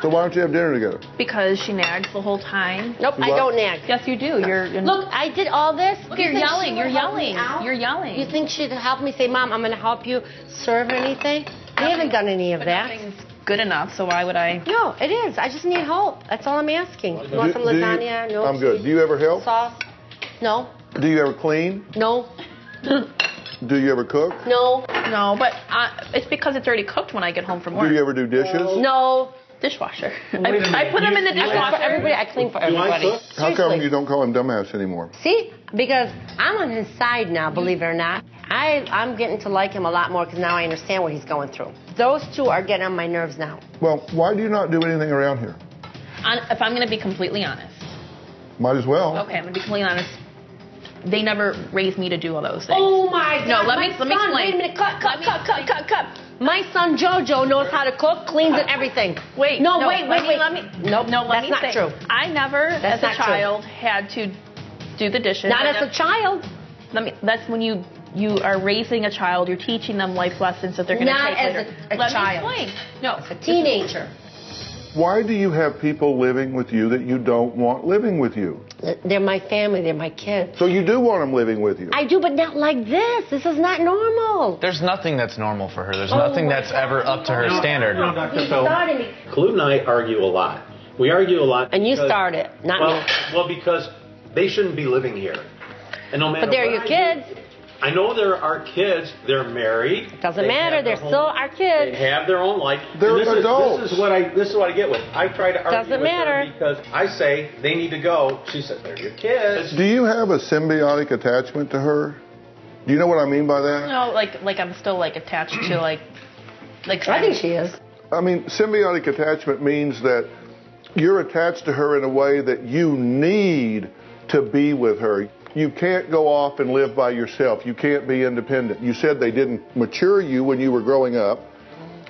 [SPEAKER 2] So why don't you have dinner together?
[SPEAKER 11] Because she nags the whole time.
[SPEAKER 5] Nope,
[SPEAKER 2] I What? don't
[SPEAKER 5] nag.
[SPEAKER 11] Yes, you do. You're. in-
[SPEAKER 5] Look, I did all this.
[SPEAKER 11] Look,
[SPEAKER 5] You
[SPEAKER 11] you're
[SPEAKER 5] think she
[SPEAKER 11] yelling,
[SPEAKER 5] would
[SPEAKER 11] you're
[SPEAKER 5] help me
[SPEAKER 11] yelling,
[SPEAKER 5] out?
[SPEAKER 11] you're yelling.
[SPEAKER 5] You think she'd help me say, Mom, I'm going to help you serve anything? They haven't done any of that.
[SPEAKER 11] good enough. So why would I?
[SPEAKER 5] No, it is. I just need help. That's all I'm asking. You want
[SPEAKER 2] Do-
[SPEAKER 5] some
[SPEAKER 2] do you-
[SPEAKER 5] lasagna? No.
[SPEAKER 2] I'm good. Do you ever help?
[SPEAKER 5] Sauce? No.
[SPEAKER 2] Do you ever clean?
[SPEAKER 5] No.
[SPEAKER 2] Do you ever cook?
[SPEAKER 5] No.
[SPEAKER 11] No, but I, it's because it's already cooked when I get home from
[SPEAKER 2] Do
[SPEAKER 11] work.
[SPEAKER 2] you ever do dishes?
[SPEAKER 5] No.
[SPEAKER 11] Dishwasher. I,
[SPEAKER 5] Wait a
[SPEAKER 11] I put them in the
[SPEAKER 5] You- you- I cook
[SPEAKER 11] dishwasher.
[SPEAKER 5] for everybody. I clean for
[SPEAKER 11] Do I
[SPEAKER 5] everybody.
[SPEAKER 11] cook?
[SPEAKER 2] How come you don't call him dumbass anymore?
[SPEAKER 5] See, because I'm on his side now, believe it or not. I, I'm getting to like him a lot more because now I understand what he's going through. Those two are getting on my nerves now.
[SPEAKER 2] Well, why do you not do anything around here?
[SPEAKER 11] Hon- if I'm gonna be completely honest.
[SPEAKER 2] Might as well.
[SPEAKER 11] Okay, I'm gonna be completely honest. They never raised me to do all those things.
[SPEAKER 5] Oh my God!
[SPEAKER 11] No, let
[SPEAKER 5] my
[SPEAKER 11] me let me
[SPEAKER 5] son,
[SPEAKER 11] explain.
[SPEAKER 5] Wait a minute, cut, cut, cut, cut, cut, cut. My son Jojo knows how to cook, cleans, and everything.
[SPEAKER 11] Wait.
[SPEAKER 5] no, wait,
[SPEAKER 11] let
[SPEAKER 5] wait,
[SPEAKER 11] me-
[SPEAKER 5] wait.
[SPEAKER 11] Let me.
[SPEAKER 5] Nope,
[SPEAKER 11] No, let
[SPEAKER 5] that's
[SPEAKER 11] me
[SPEAKER 5] not
[SPEAKER 11] think.
[SPEAKER 5] true.
[SPEAKER 11] I never, as
[SPEAKER 5] That's not
[SPEAKER 11] a
[SPEAKER 5] true.
[SPEAKER 11] child, had to do the dishes.
[SPEAKER 5] Not
[SPEAKER 11] I
[SPEAKER 5] as a
[SPEAKER 11] nev-
[SPEAKER 5] child.
[SPEAKER 11] Let me. That's when you you are raising a child. You're teaching them life lessons that they're going to
[SPEAKER 5] Not
[SPEAKER 11] take
[SPEAKER 5] as
[SPEAKER 11] later.
[SPEAKER 5] a- a
[SPEAKER 11] let
[SPEAKER 5] child.
[SPEAKER 11] Me explain. No,
[SPEAKER 5] a teenager.
[SPEAKER 2] Why do you have people living with you that you don't want living with you?
[SPEAKER 5] They're my family. They're my kids.
[SPEAKER 2] So you do want them living with you.
[SPEAKER 5] I do, but not like this. This is not normal.
[SPEAKER 7] There's nothing that's normal for her. There's
[SPEAKER 5] Oh
[SPEAKER 7] nothing
[SPEAKER 5] my
[SPEAKER 7] that's ever up to her
[SPEAKER 9] No,
[SPEAKER 7] standard.
[SPEAKER 9] no, Dr. Phil.
[SPEAKER 5] Started me.
[SPEAKER 9] Kalud and I argue a lot. We argue a lot.
[SPEAKER 5] And you
[SPEAKER 9] because-
[SPEAKER 5] start it, not
[SPEAKER 9] well,
[SPEAKER 5] me.
[SPEAKER 9] Well, because they shouldn't be living here. And no matter
[SPEAKER 5] But they're
[SPEAKER 9] what
[SPEAKER 5] your
[SPEAKER 9] I
[SPEAKER 5] kids.
[SPEAKER 9] do- I know there are kids. They're married. It
[SPEAKER 5] Doesn't matter. They're still our kids.
[SPEAKER 9] They have their own life.
[SPEAKER 5] They're
[SPEAKER 9] And this
[SPEAKER 5] adults.
[SPEAKER 9] Is, this is what I this is what I get with. I try to argue
[SPEAKER 5] Doesn't
[SPEAKER 9] with her
[SPEAKER 5] matter.
[SPEAKER 9] because I say they need to go. She says they're your kids.
[SPEAKER 2] Do you have a symbiotic attachment to her? Do you know what I mean by that?
[SPEAKER 6] No, like like I'm still like attached to like like. I think she is.
[SPEAKER 2] I mean, symbiotic attachment means that you're attached to her in a way that you need to be with her. You can't go off and live by yourself. You can't be independent. You said they didn't mature you when you were growing up.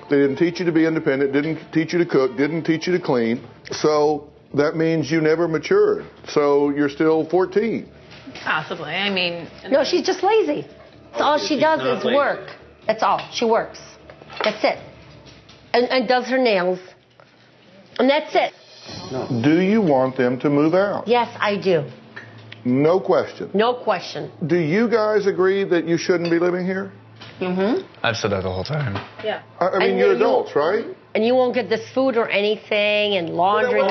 [SPEAKER 2] They didn't teach you to be independent, didn't teach you to cook, didn't teach you to clean. So that means you never matured. So you're still 14.
[SPEAKER 6] Possibly. I mean.
[SPEAKER 5] No, she's just lazy.
[SPEAKER 9] Oh,
[SPEAKER 5] That's all she does
[SPEAKER 2] not
[SPEAKER 5] is
[SPEAKER 2] lazy.
[SPEAKER 5] work. That's all. She works. That's it. And, and does her nails. And that's it.
[SPEAKER 2] Do you want them to move out?
[SPEAKER 5] Yes, I do.
[SPEAKER 2] No question.
[SPEAKER 5] No question.
[SPEAKER 2] Do you guys agree that you shouldn't be living here?
[SPEAKER 5] Mm-hmm.
[SPEAKER 7] I've said that the whole time.
[SPEAKER 5] Yeah.
[SPEAKER 2] I, I mean,
[SPEAKER 5] And
[SPEAKER 2] you're
[SPEAKER 5] you-
[SPEAKER 2] adults, right?
[SPEAKER 5] And you won't get this food or anything and laundry. done.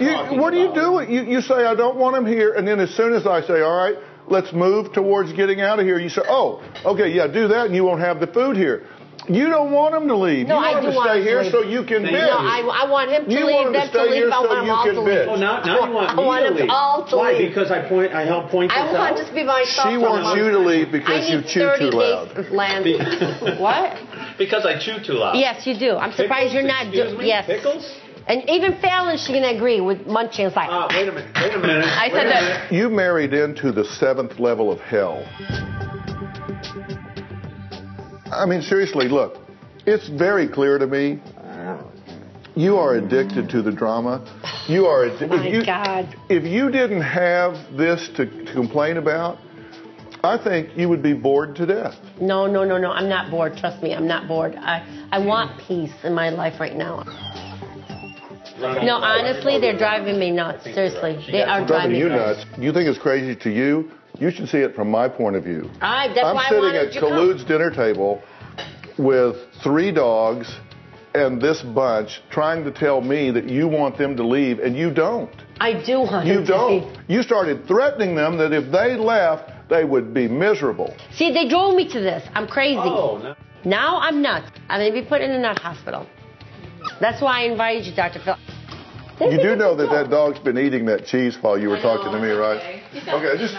[SPEAKER 2] You- what do you do? You, you say, I don't want him here, and then as soon as I say, all right, let's move towards getting out of here, you say, oh, okay, yeah, do that, and you won't have the food here. You don't want him to leave.
[SPEAKER 5] No,
[SPEAKER 2] you
[SPEAKER 5] I
[SPEAKER 2] want him
[SPEAKER 5] do
[SPEAKER 2] to
[SPEAKER 5] want
[SPEAKER 2] stay
[SPEAKER 5] him to
[SPEAKER 2] here
[SPEAKER 5] leave.
[SPEAKER 2] so you can
[SPEAKER 5] No,
[SPEAKER 2] bitch.
[SPEAKER 5] I, I want him to
[SPEAKER 2] You
[SPEAKER 5] leave,
[SPEAKER 2] want him to
[SPEAKER 5] them
[SPEAKER 2] stay
[SPEAKER 5] leave.
[SPEAKER 2] here
[SPEAKER 5] I
[SPEAKER 2] so
[SPEAKER 5] want them
[SPEAKER 2] you
[SPEAKER 5] all
[SPEAKER 2] can
[SPEAKER 5] to leave.
[SPEAKER 2] bitch. Oh, now- now you want
[SPEAKER 5] I
[SPEAKER 9] me
[SPEAKER 5] want
[SPEAKER 9] to
[SPEAKER 5] them
[SPEAKER 9] leave.
[SPEAKER 5] all to
[SPEAKER 9] Why?
[SPEAKER 5] leave.
[SPEAKER 9] Because I point. I help point
[SPEAKER 5] I
[SPEAKER 9] this
[SPEAKER 5] want
[SPEAKER 9] out.
[SPEAKER 5] just to be myself.
[SPEAKER 9] She wants you to leave because
[SPEAKER 5] I
[SPEAKER 9] you
[SPEAKER 5] need
[SPEAKER 9] chew
[SPEAKER 5] 30
[SPEAKER 9] too loud.
[SPEAKER 5] days of land. what?
[SPEAKER 9] Because I chew too loud.
[SPEAKER 5] Yes, you do. I'm surprised you're
[SPEAKER 9] Pickles?
[SPEAKER 5] not.
[SPEAKER 9] Excuse
[SPEAKER 5] do-
[SPEAKER 9] me?
[SPEAKER 5] Yes.
[SPEAKER 9] Pickles?
[SPEAKER 5] And even Fallon, she can agree with munching. It's like.
[SPEAKER 9] Uh, wait a minute. Wait a minute.
[SPEAKER 5] I said that.
[SPEAKER 2] You married into the seventh level of hell. I mean, seriously, look, it's very clear to me. You are addicted to the drama. You are addicted.
[SPEAKER 5] My
[SPEAKER 2] you,
[SPEAKER 5] God.
[SPEAKER 2] If you didn't have this to, to complain about, I think you would be bored to death.
[SPEAKER 5] No, no, no, no. I'm not bored. Trust me, I'm not bored. I, I want peace in my life right now. No, honestly, they're driving me nuts. Seriously, they are driving
[SPEAKER 2] Driving
[SPEAKER 5] me
[SPEAKER 2] you
[SPEAKER 5] nuts.
[SPEAKER 2] nuts. You think it's crazy to you? You should see it from my point of view.
[SPEAKER 5] I, that's
[SPEAKER 2] I'm
[SPEAKER 5] why I
[SPEAKER 2] sitting
[SPEAKER 5] wanted
[SPEAKER 2] at
[SPEAKER 5] you to come.
[SPEAKER 2] Kalud's dinner table with three dogs and this bunch trying to tell me that you want them to leave and you don't.
[SPEAKER 5] I do want
[SPEAKER 2] You
[SPEAKER 5] him to
[SPEAKER 2] don't. You started threatening them that if they left, they would be miserable.
[SPEAKER 5] See, they drove me to this. I'm crazy.
[SPEAKER 2] Oh, no.
[SPEAKER 5] Now I'm nuts. I'm going to be put in a nut hospital. That's why I invited you, Dr. Phil.
[SPEAKER 2] You do know that that dog's been eating that cheese while you were talking to me, right?
[SPEAKER 13] Okay,
[SPEAKER 2] just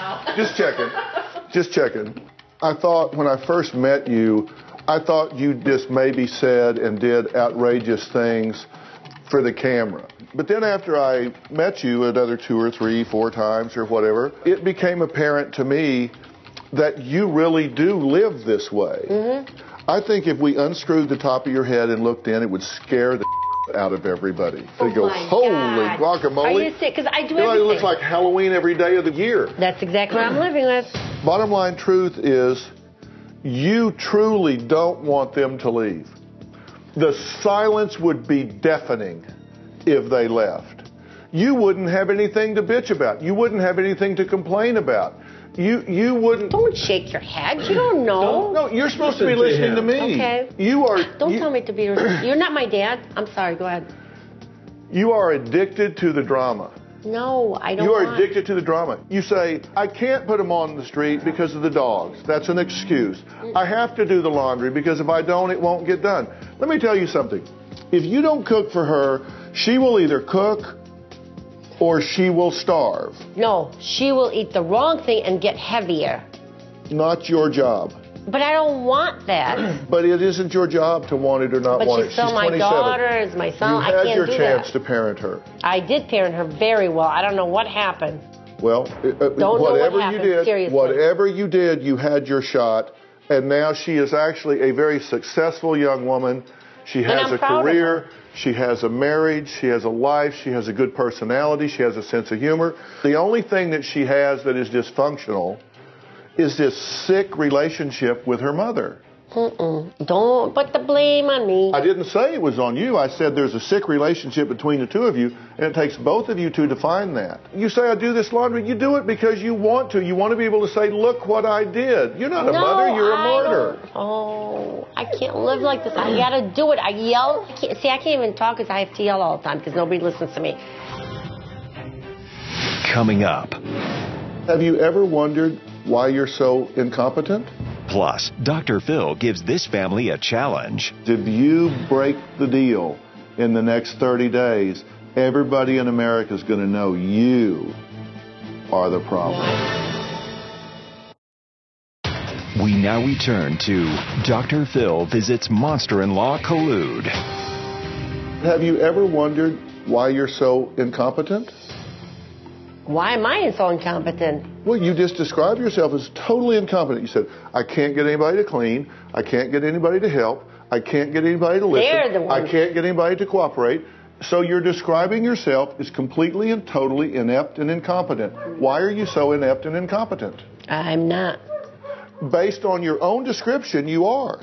[SPEAKER 5] (laughs)
[SPEAKER 2] just checking. Just checking. I thought when I first met you, I thought you just maybe said and did outrageous things for the camera. But then after I met you another two or three, four times or whatever, it became apparent to me that you really do live this way.
[SPEAKER 5] Mm-hmm.
[SPEAKER 2] I think if we unscrewed the top of your head and looked in, it would scare the (laughs) out of everybody. They
[SPEAKER 5] Oh
[SPEAKER 2] go,
[SPEAKER 5] my
[SPEAKER 2] holy
[SPEAKER 5] God. Are you
[SPEAKER 2] guacamole.
[SPEAKER 5] sick? Because I do
[SPEAKER 2] You know, it
[SPEAKER 5] everything.
[SPEAKER 2] looks like Halloween every day of the year.
[SPEAKER 5] That's exactly what I'm living with.
[SPEAKER 2] Bottom line truth is, you truly don't want them to leave. The silence would be deafening if they left. You wouldn't have anything to bitch about. You wouldn't have anything to complain about. You you wouldn't.
[SPEAKER 5] Don't shake your head. You don't know.
[SPEAKER 2] no, you're supposed to be listening to me.
[SPEAKER 5] Okay.
[SPEAKER 2] You are.
[SPEAKER 5] Don't tell me to be. You're not my dad. I'm sorry. Go ahead.
[SPEAKER 2] You are addicted to the drama.
[SPEAKER 5] No, I don't.
[SPEAKER 2] You are
[SPEAKER 5] want-
[SPEAKER 2] addicted to the drama. You say, I can't put them on the street because of the dogs. That's an excuse.
[SPEAKER 5] Mm.
[SPEAKER 2] I have to do the laundry because if I don't, it won't get done. Let me tell you something. If you don't cook for her, she will either cook or she will starve.
[SPEAKER 5] No, she will eat the wrong thing and get heavier.
[SPEAKER 2] Not your job.
[SPEAKER 5] But I don't want
[SPEAKER 2] (clears throat)
[SPEAKER 5] that.
[SPEAKER 2] But it isn't your job to want it or not
[SPEAKER 5] But
[SPEAKER 2] want
[SPEAKER 5] she's
[SPEAKER 2] it.
[SPEAKER 5] still
[SPEAKER 2] She's
[SPEAKER 5] my
[SPEAKER 2] 27.
[SPEAKER 5] daughter, is my son.
[SPEAKER 2] You
[SPEAKER 5] I
[SPEAKER 2] had
[SPEAKER 5] can't
[SPEAKER 2] your
[SPEAKER 5] do
[SPEAKER 2] chance
[SPEAKER 5] that.
[SPEAKER 2] to parent her.
[SPEAKER 5] I did parent her very well. I don't know what happened.
[SPEAKER 2] Well, it- uh,
[SPEAKER 5] Don't know what
[SPEAKER 2] whatever
[SPEAKER 5] happened,
[SPEAKER 2] you did,
[SPEAKER 5] seriously.
[SPEAKER 2] whatever you did, you had your shot, and now she is actually a very successful young woman. She
[SPEAKER 5] And
[SPEAKER 2] has
[SPEAKER 5] I'm
[SPEAKER 2] a
[SPEAKER 5] proud of her.
[SPEAKER 2] career, she has a marriage, she has a life, she has a good personality, she has a sense of humor. The only thing that she has that is dysfunctional is this sick relationship with her mother.
[SPEAKER 5] Mm-mm. Don't put the blame on me.
[SPEAKER 2] I didn't say it was on you. I said there's a sick relationship between the two of you, and it takes both of you to define that.
[SPEAKER 14] You say I do this laundry. You do it because you want to. You want to be able to say, "Look what I did." You're not a
[SPEAKER 5] No,
[SPEAKER 14] mother. You're a
[SPEAKER 5] I
[SPEAKER 14] martyr.
[SPEAKER 5] don't- Oh, I can't live like this. I gotta do it. I yell. I can't, see, I can't even talk because I have to yell all the time because nobody listens to me.
[SPEAKER 1] Coming up.
[SPEAKER 2] Have you ever wondered why you're so incompetent?
[SPEAKER 1] Plus, Dr. Phil gives this family a challenge.
[SPEAKER 2] If you break the deal in the next 30 days, everybody in America is going to know you are the problem.
[SPEAKER 1] We now return to Dr. Phil visits monster in law collude.
[SPEAKER 2] Have you ever wondered why you're so incompetent?
[SPEAKER 5] Why am I so incompetent?
[SPEAKER 2] Well, you just described yourself as totally incompetent. You said, I can't get anybody to clean. I can't get anybody to help. I can't get anybody to listen.
[SPEAKER 5] They're the ones-
[SPEAKER 2] I can't get anybody to cooperate. So you're describing yourself as completely and totally inept and incompetent. Why are you so inept and incompetent?
[SPEAKER 5] I'm not.
[SPEAKER 2] Based on your own description, you are.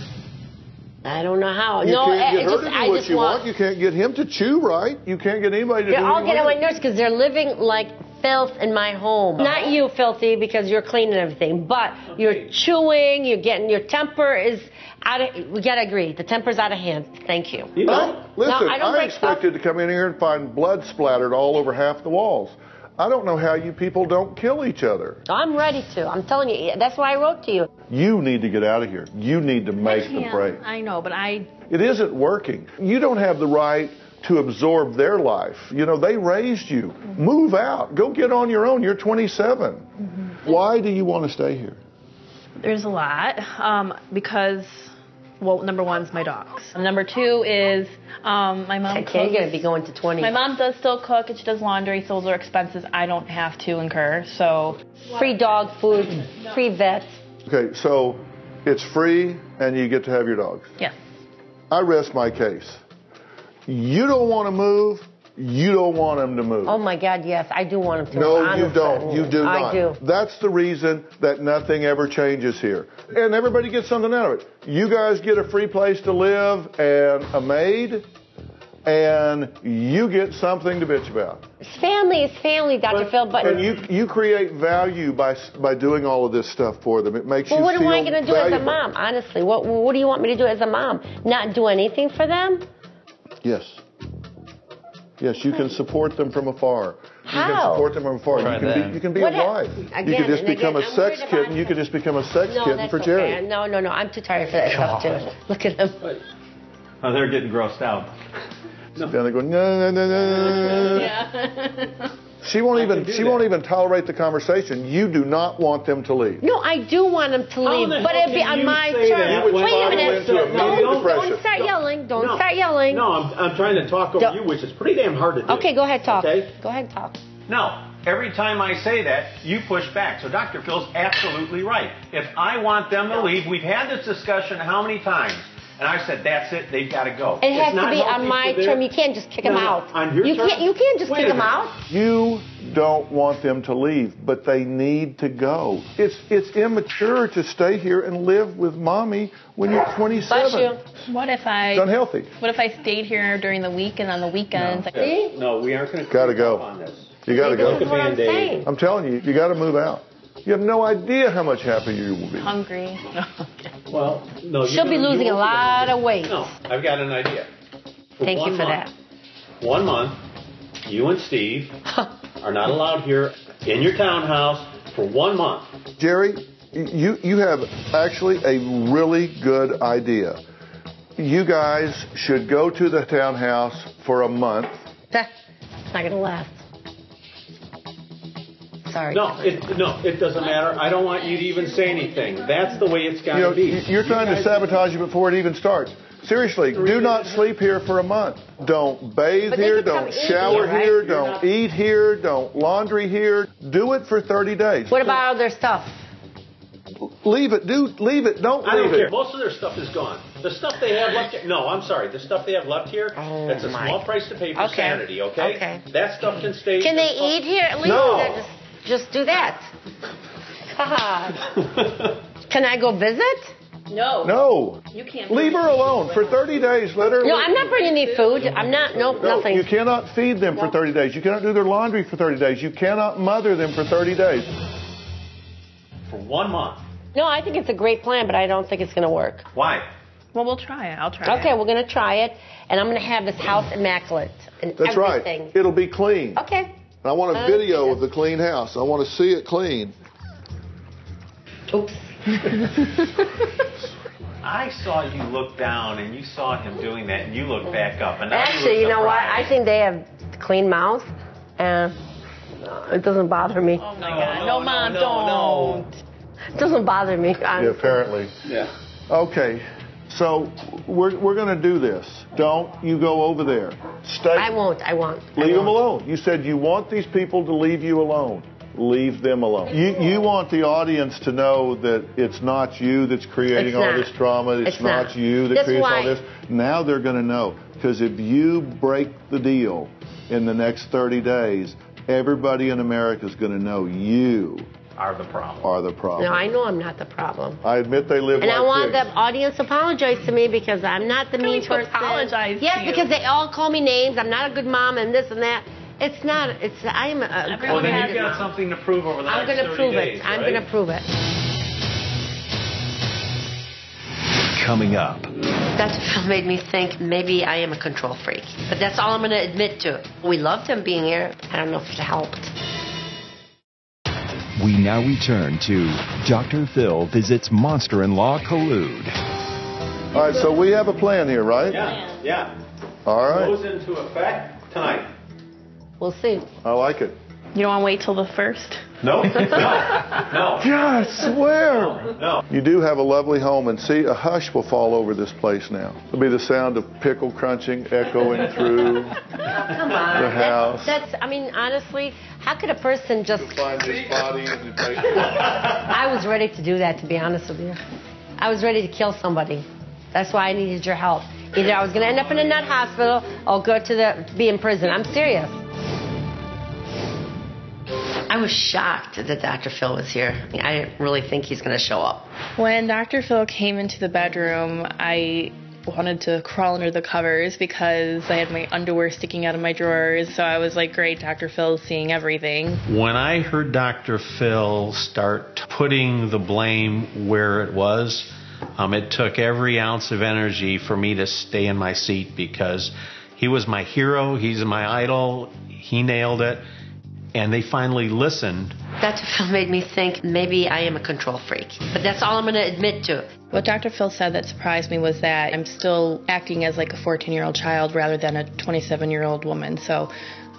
[SPEAKER 5] I don't know how.
[SPEAKER 2] You
[SPEAKER 5] no,
[SPEAKER 2] can't
[SPEAKER 5] I,
[SPEAKER 2] get
[SPEAKER 5] I
[SPEAKER 2] her
[SPEAKER 5] just,
[SPEAKER 2] to do
[SPEAKER 5] I
[SPEAKER 2] what
[SPEAKER 5] just
[SPEAKER 2] you
[SPEAKER 5] want.
[SPEAKER 2] want. You can't get him to chew right. You can't get anybody to
[SPEAKER 5] They're
[SPEAKER 2] do
[SPEAKER 5] all
[SPEAKER 2] what you
[SPEAKER 5] getting on
[SPEAKER 2] want.
[SPEAKER 5] my nerves because they're living like filth in my home. Uh-huh. Not you, filthy, because you're cleaning everything, but you're chewing, you're getting, your temper is out of, we gotta agree, the temper's out of hand. Thank you.
[SPEAKER 2] Well, listen,
[SPEAKER 5] no, I
[SPEAKER 2] I,
[SPEAKER 5] don't break
[SPEAKER 2] expected to come in here and find blood splattered all over half the walls. I don't know how you people don't kill each other.
[SPEAKER 5] I'm ready to. I'm telling you, that's why I wrote to you.
[SPEAKER 2] You need to get out of here. You need to make the
[SPEAKER 6] Yeah,
[SPEAKER 2] break.
[SPEAKER 6] I know, but I
[SPEAKER 2] It isn't working. You don't have the right to absorb their life. You know, they raised you.
[SPEAKER 5] Mm-hmm.
[SPEAKER 2] Move out. Go get on your own. You're 27.
[SPEAKER 5] Mm-hmm.
[SPEAKER 2] Why do you want to stay here?
[SPEAKER 6] There's a lot um, because, well, number one's my dogs. Number two is um, my mom.
[SPEAKER 5] Okay, you're
[SPEAKER 6] cooks.
[SPEAKER 5] gonna be going to 20.
[SPEAKER 6] My mom does still cook and she does laundry, so those are expenses I don't have to incur. So free dog food, free vets.
[SPEAKER 2] Okay, so it's free and you get to have your dogs.
[SPEAKER 6] Yes.
[SPEAKER 2] I rest my case. You don't want to move. You don't want them to move.
[SPEAKER 5] Oh my God, yes, I do want him to.
[SPEAKER 2] No, you
[SPEAKER 5] honestly.
[SPEAKER 2] don't. You do
[SPEAKER 5] I
[SPEAKER 2] not.
[SPEAKER 5] do.
[SPEAKER 2] That's the reason that nothing ever changes here. And everybody gets something out of it. You guys get a free place to live and a maid, and you get something to bitch about.
[SPEAKER 5] Family is family, Dr. Phil, but
[SPEAKER 2] And you you create value by s- by doing all of this stuff for them. It makes
[SPEAKER 5] well,
[SPEAKER 2] you
[SPEAKER 5] what
[SPEAKER 2] feel
[SPEAKER 5] am I gonna do as a
[SPEAKER 2] valuable.
[SPEAKER 5] mom? Honestly, what what do you want me to do as a mom? Not do anything for them?
[SPEAKER 2] Yes. Yes, you can support them from afar. You can
[SPEAKER 5] How?
[SPEAKER 2] support them from afar.
[SPEAKER 5] Try
[SPEAKER 2] You can
[SPEAKER 5] that.
[SPEAKER 2] be, you can be
[SPEAKER 5] What
[SPEAKER 2] a
[SPEAKER 5] if-
[SPEAKER 2] wife. you
[SPEAKER 5] again
[SPEAKER 2] can just
[SPEAKER 5] and
[SPEAKER 2] become
[SPEAKER 5] again,
[SPEAKER 2] a
[SPEAKER 5] I'm
[SPEAKER 2] sex
[SPEAKER 5] worried about
[SPEAKER 2] kitten. You can just become a sex
[SPEAKER 5] No,
[SPEAKER 2] kitten
[SPEAKER 5] that's
[SPEAKER 2] for Jerry.
[SPEAKER 5] okay. No, no, no. I'm too tired for that stuff too. Look at him.
[SPEAKER 9] Oh, they're getting grossed out.
[SPEAKER 2] Down there going, no, no, no, no. She won't even
[SPEAKER 5] do
[SPEAKER 2] she won't even tolerate the conversation. You do not want them to leave.
[SPEAKER 5] No, I do want him to leave,
[SPEAKER 9] the
[SPEAKER 5] but
[SPEAKER 9] hell
[SPEAKER 5] it'd be
[SPEAKER 9] can
[SPEAKER 5] on
[SPEAKER 9] you
[SPEAKER 5] my
[SPEAKER 9] say that?
[SPEAKER 5] terms.
[SPEAKER 9] You would
[SPEAKER 5] Wait a
[SPEAKER 9] follow
[SPEAKER 5] minute.
[SPEAKER 9] into immediate
[SPEAKER 5] don't,
[SPEAKER 9] depression.
[SPEAKER 5] don't start yelling. Don't
[SPEAKER 9] No.
[SPEAKER 5] start yelling.
[SPEAKER 9] No, I'm, I'm trying to talk over
[SPEAKER 5] Don't-
[SPEAKER 9] you, which is pretty damn hard to do.
[SPEAKER 5] Okay, go ahead, talk.
[SPEAKER 9] Okay?
[SPEAKER 5] Go ahead, talk.
[SPEAKER 9] No, every time I say that, you push back. So Dr. Phil's absolutely right. If I want them to leave, we've had this discussion how many times? And I said, that's it, they've got to go.
[SPEAKER 5] It
[SPEAKER 9] It's
[SPEAKER 5] has to
[SPEAKER 9] not
[SPEAKER 5] be on
[SPEAKER 9] healthy
[SPEAKER 5] my
[SPEAKER 9] for their-
[SPEAKER 5] term. You can't just kick
[SPEAKER 9] No,
[SPEAKER 5] him
[SPEAKER 9] no,
[SPEAKER 5] out.
[SPEAKER 9] on your
[SPEAKER 5] you
[SPEAKER 9] term?
[SPEAKER 5] can't. You can't just
[SPEAKER 9] Wait
[SPEAKER 5] kick
[SPEAKER 9] a
[SPEAKER 5] him
[SPEAKER 9] minute.
[SPEAKER 5] out.
[SPEAKER 2] You don't want them to leave, but they need to go. It's it's immature to stay here and live with mommy when you're 27.
[SPEAKER 6] What if I?
[SPEAKER 2] It's unhealthy.
[SPEAKER 6] What if I stayed here during the week and on the weekends? Like,
[SPEAKER 9] No, we aren't going to.
[SPEAKER 2] Gotta go. You gotta go.
[SPEAKER 9] Like a Band-Aid.
[SPEAKER 2] I'm telling you, you gotta move out. You have no idea how much happier you will be.
[SPEAKER 6] Hungry.
[SPEAKER 9] Well, no. you're
[SPEAKER 5] She'll be
[SPEAKER 9] gonna- you
[SPEAKER 5] losing a
[SPEAKER 9] won't be
[SPEAKER 5] lot of weight.
[SPEAKER 9] No, I've got an idea.
[SPEAKER 5] Thank
[SPEAKER 9] one
[SPEAKER 5] you for
[SPEAKER 9] month- One month, you and
[SPEAKER 5] (laughs)
[SPEAKER 9] Steve are not allowed here in your townhouse for one month.
[SPEAKER 2] Jerry, you you have actually a really good idea. You guys should go to the townhouse for a month.
[SPEAKER 5] that. It's not gonna last. Sorry.
[SPEAKER 9] No, it, no, it doesn't matter. I don't want you to even say anything. That's the way it's got
[SPEAKER 2] You know,
[SPEAKER 9] to be.
[SPEAKER 2] y- you're trying to sabotage it before it even starts. Seriously, do not sleep here for a month. Don't bathe
[SPEAKER 14] But they
[SPEAKER 2] here.
[SPEAKER 14] could come
[SPEAKER 2] Don't
[SPEAKER 14] eat
[SPEAKER 2] shower
[SPEAKER 14] here, right?
[SPEAKER 2] here.
[SPEAKER 14] You're
[SPEAKER 2] Don't
[SPEAKER 14] not-
[SPEAKER 2] eat here. Don't laundry here. Do it for 30 days.
[SPEAKER 5] What about all their stuff?
[SPEAKER 2] Leave it. Do leave it. Don't leave
[SPEAKER 9] I don't
[SPEAKER 2] it.
[SPEAKER 9] care. Most of their stuff is gone. The stuff they have left here. No, I'm sorry. The stuff they have left here. that's a
[SPEAKER 5] my.
[SPEAKER 9] small price to pay for
[SPEAKER 5] Okay.
[SPEAKER 9] sanity. Oh Okay.
[SPEAKER 5] Okay.
[SPEAKER 9] That stuff can stay.
[SPEAKER 5] Can they eat here at least?
[SPEAKER 9] No.
[SPEAKER 5] Or Just, (laughs)
[SPEAKER 9] (laughs)
[SPEAKER 5] just do that. God. Can I go visit?
[SPEAKER 6] No.
[SPEAKER 2] No.
[SPEAKER 6] You can't.
[SPEAKER 2] Leave her alone for 30 days. Let her.
[SPEAKER 9] No, I'm not bringing you food. I'm not. Nope,
[SPEAKER 2] No,
[SPEAKER 9] nothing.
[SPEAKER 2] You cannot feed them for 30 days. You cannot do their laundry for 30 days. You cannot mother them for 30 days.
[SPEAKER 4] For one month.
[SPEAKER 9] No, I think it's a great plan, but I don't think it's going to work.
[SPEAKER 4] Why?
[SPEAKER 6] Well, we'll try it. I'll try it.
[SPEAKER 9] Okay, we're going to try it, and I'm going to have this house immaculate and
[SPEAKER 2] That's
[SPEAKER 9] everything.
[SPEAKER 2] right. It'll be clean.
[SPEAKER 9] Okay.
[SPEAKER 2] And I want a
[SPEAKER 9] Uh,
[SPEAKER 2] video of the clean house. I want to see it clean.
[SPEAKER 9] Oops.
[SPEAKER 4] I saw you look down and you saw him doing that and you looked back up and now
[SPEAKER 9] (laughs) Actually, you
[SPEAKER 4] were
[SPEAKER 9] know what?
[SPEAKER 4] surprised.
[SPEAKER 9] I think they have clean mouths, and uh, it doesn't bother me.
[SPEAKER 6] Oh my God. No, mom, don't.
[SPEAKER 9] It doesn't bother me. Um,
[SPEAKER 2] Yeah,
[SPEAKER 9] Honestly.
[SPEAKER 2] apparently. Yeah. Okay. So we're, we're going to do this. Don't you go over there. Stay. I
[SPEAKER 9] won't. I won't.
[SPEAKER 2] Leave them alone. You said you want these people to leave you alone. Leave them alone. You, you want the audience to know that it's not you that's creating
[SPEAKER 9] It's
[SPEAKER 2] all
[SPEAKER 9] not.
[SPEAKER 2] this drama. It's,
[SPEAKER 9] It's not.
[SPEAKER 2] you that
[SPEAKER 9] That's
[SPEAKER 2] creates
[SPEAKER 9] why-
[SPEAKER 2] all this. Now they're going to know. Because if you break the deal in the next 30 days, everybody in America is going to know you
[SPEAKER 4] are the problem.
[SPEAKER 2] Are the problem.
[SPEAKER 9] No, I know I'm not the problem.
[SPEAKER 2] I admit they live
[SPEAKER 9] And
[SPEAKER 2] like
[SPEAKER 9] I want
[SPEAKER 2] pigs.
[SPEAKER 9] the audience to apologize to me because I'm not the mean person. Apologize. Yes, because they all call me names. I'm not a good mom and this and that. It's not. It's I am a.
[SPEAKER 4] Well, then you've got something to prove over the
[SPEAKER 9] I'm
[SPEAKER 4] next
[SPEAKER 9] gonna
[SPEAKER 4] 30
[SPEAKER 9] prove
[SPEAKER 4] days,
[SPEAKER 9] it. I'm
[SPEAKER 4] right?
[SPEAKER 9] gonna prove it.
[SPEAKER 1] Coming up,
[SPEAKER 5] Dr. Phil made me think maybe I am a control freak. But that's all I'm going to admit to. We loved him being here. I don't know if it helped.
[SPEAKER 1] we now return to Dr. Phil visits monster in law collude.
[SPEAKER 2] All right, so we have a plan here, right?
[SPEAKER 4] Yeah, yeah.
[SPEAKER 2] All right.
[SPEAKER 4] Goes into effect tonight.
[SPEAKER 9] We'll see.
[SPEAKER 2] I like it.
[SPEAKER 6] You don't want to wait till the first?
[SPEAKER 4] No, no, (laughs) no.
[SPEAKER 2] God, I swear.
[SPEAKER 4] No.
[SPEAKER 2] You do have a lovely home, and see, a hush will fall over this place now. It'll be the sound of pickle crunching echoing
[SPEAKER 15] (laughs)
[SPEAKER 2] through
[SPEAKER 9] Come on.
[SPEAKER 2] The house.
[SPEAKER 9] That's, that's. I mean, honestly, how could a person just?
[SPEAKER 2] find his body in the
[SPEAKER 9] I was ready to do that, to be honest with you. I was ready to kill somebody. That's why I needed your help. Either I was going to end up in a nut hospital or go to the be in prison. I'm serious.
[SPEAKER 5] I was shocked that Dr. Phil was here. I didn't really think he's going to show up.
[SPEAKER 6] When Dr. Phil came into the bedroom, I wanted to crawl under the covers because I had my underwear sticking out of my drawers. So I was like, great, Dr. Phil's seeing everything.
[SPEAKER 4] When I heard Dr. Phil start putting the blame where it was, um, it took every ounce of energy for me to stay in my seat because he was my hero, he's my idol, he nailed it, and they finally listened.
[SPEAKER 5] Dr. Phil made me think maybe I am a control freak. But that's all I'm going to admit to.
[SPEAKER 6] What Dr. Phil said that surprised me was that I'm still acting as like a 14 year old child rather than a 27 year old woman. So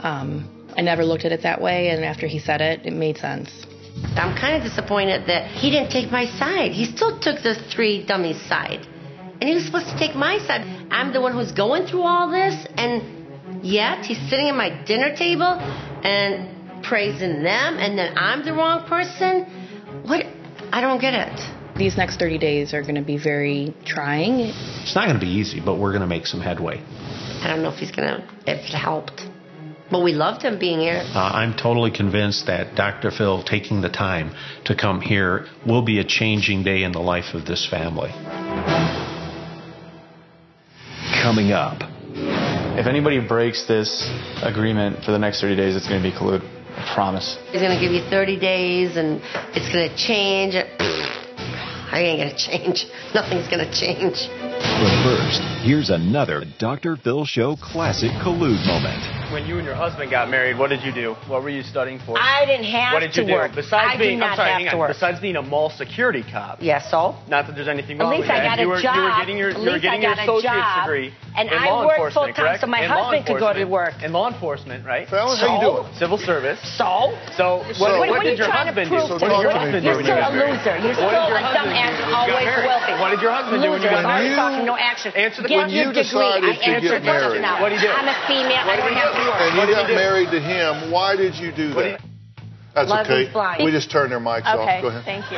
[SPEAKER 6] um, I never looked at it that way. And after he said it, it made sense.
[SPEAKER 5] I'm kind of disappointed that he didn't take my side. He still took the three dummies' side. And he was supposed to take my side. I'm the one who's going through all this, and yet he's sitting at my dinner table and praising them, and then I'm the wrong person. What? I don't get it.
[SPEAKER 6] These next 30 days are going to be very trying.
[SPEAKER 4] It's not going to be easy, but we're going to make some headway.
[SPEAKER 5] I don't know if he's going to, if it helped. But we loved him being here.
[SPEAKER 4] Uh, I'm totally convinced that Dr. Phil taking the time to come here will be a changing day in the life of this family.
[SPEAKER 1] Coming up,
[SPEAKER 16] If anybody breaks this agreement for the next 30 days, it's going to be collude. I promise.
[SPEAKER 5] He's going to give you 30 days, and it's going to change. (sighs) I ain't going to (laughs) change. Nothing's going to change.
[SPEAKER 1] but first, here's another Dr. Phil Show classic collude moment.
[SPEAKER 7] When you and your husband got married, what did you do? What were you studying for?
[SPEAKER 15] I didn't have
[SPEAKER 7] What did you
[SPEAKER 15] to
[SPEAKER 7] do?
[SPEAKER 15] work. I
[SPEAKER 7] Besides
[SPEAKER 15] did
[SPEAKER 7] being,
[SPEAKER 15] not
[SPEAKER 7] I'm sorry,
[SPEAKER 15] have
[SPEAKER 7] hang
[SPEAKER 15] to
[SPEAKER 7] on.
[SPEAKER 15] work.
[SPEAKER 7] Besides being a mall security cop.
[SPEAKER 15] Yeah, so?
[SPEAKER 7] Not that there's anything
[SPEAKER 15] At
[SPEAKER 7] wrong
[SPEAKER 15] least
[SPEAKER 7] with
[SPEAKER 15] I
[SPEAKER 7] that.
[SPEAKER 15] got a
[SPEAKER 7] you were, You were
[SPEAKER 15] job.
[SPEAKER 7] getting your,
[SPEAKER 15] At
[SPEAKER 7] you
[SPEAKER 15] least
[SPEAKER 7] were getting
[SPEAKER 15] I
[SPEAKER 7] your
[SPEAKER 15] got a
[SPEAKER 7] associate's
[SPEAKER 15] job.
[SPEAKER 7] degree.
[SPEAKER 15] And
[SPEAKER 7] in
[SPEAKER 15] I
[SPEAKER 7] law
[SPEAKER 15] worked
[SPEAKER 7] enforcement,
[SPEAKER 15] full-time,
[SPEAKER 7] correct?
[SPEAKER 15] so my
[SPEAKER 7] In law
[SPEAKER 15] husband could go to work.
[SPEAKER 7] enforcement. In law enforcement, right?
[SPEAKER 15] Well, how you So? doing?
[SPEAKER 7] Civil service.
[SPEAKER 15] So?
[SPEAKER 7] So, what,
[SPEAKER 15] So- What
[SPEAKER 7] what
[SPEAKER 15] are you
[SPEAKER 7] did your
[SPEAKER 15] trying to
[SPEAKER 7] husband do?
[SPEAKER 15] prove to
[SPEAKER 7] What did your
[SPEAKER 15] me? You're
[SPEAKER 7] husband do when
[SPEAKER 15] still
[SPEAKER 7] you got
[SPEAKER 15] a
[SPEAKER 7] married?
[SPEAKER 15] loser. You're
[SPEAKER 7] What did
[SPEAKER 15] still a dumbass,
[SPEAKER 7] your husband do when you got
[SPEAKER 15] always
[SPEAKER 7] married?
[SPEAKER 15] wealthy.
[SPEAKER 7] What did your husband do when you
[SPEAKER 15] Loser.
[SPEAKER 7] got
[SPEAKER 15] I'm
[SPEAKER 7] married?
[SPEAKER 15] talking, no action.
[SPEAKER 7] Answer the
[SPEAKER 15] Give
[SPEAKER 7] question.
[SPEAKER 15] your
[SPEAKER 7] You
[SPEAKER 15] degree.
[SPEAKER 2] decided
[SPEAKER 15] I
[SPEAKER 2] to
[SPEAKER 15] answered
[SPEAKER 2] get
[SPEAKER 15] the question
[SPEAKER 2] married.
[SPEAKER 15] now.
[SPEAKER 2] What did he do?
[SPEAKER 15] I'm a female. I don't have to work.
[SPEAKER 2] And
[SPEAKER 15] What
[SPEAKER 2] you
[SPEAKER 15] did he
[SPEAKER 2] got
[SPEAKER 15] do?
[SPEAKER 2] married to him. Why did you do
[SPEAKER 15] What do you-
[SPEAKER 2] that? That's
[SPEAKER 15] Love is
[SPEAKER 2] okay.
[SPEAKER 15] blind.
[SPEAKER 2] We just turned their mics off. Go ahead.
[SPEAKER 6] thank you.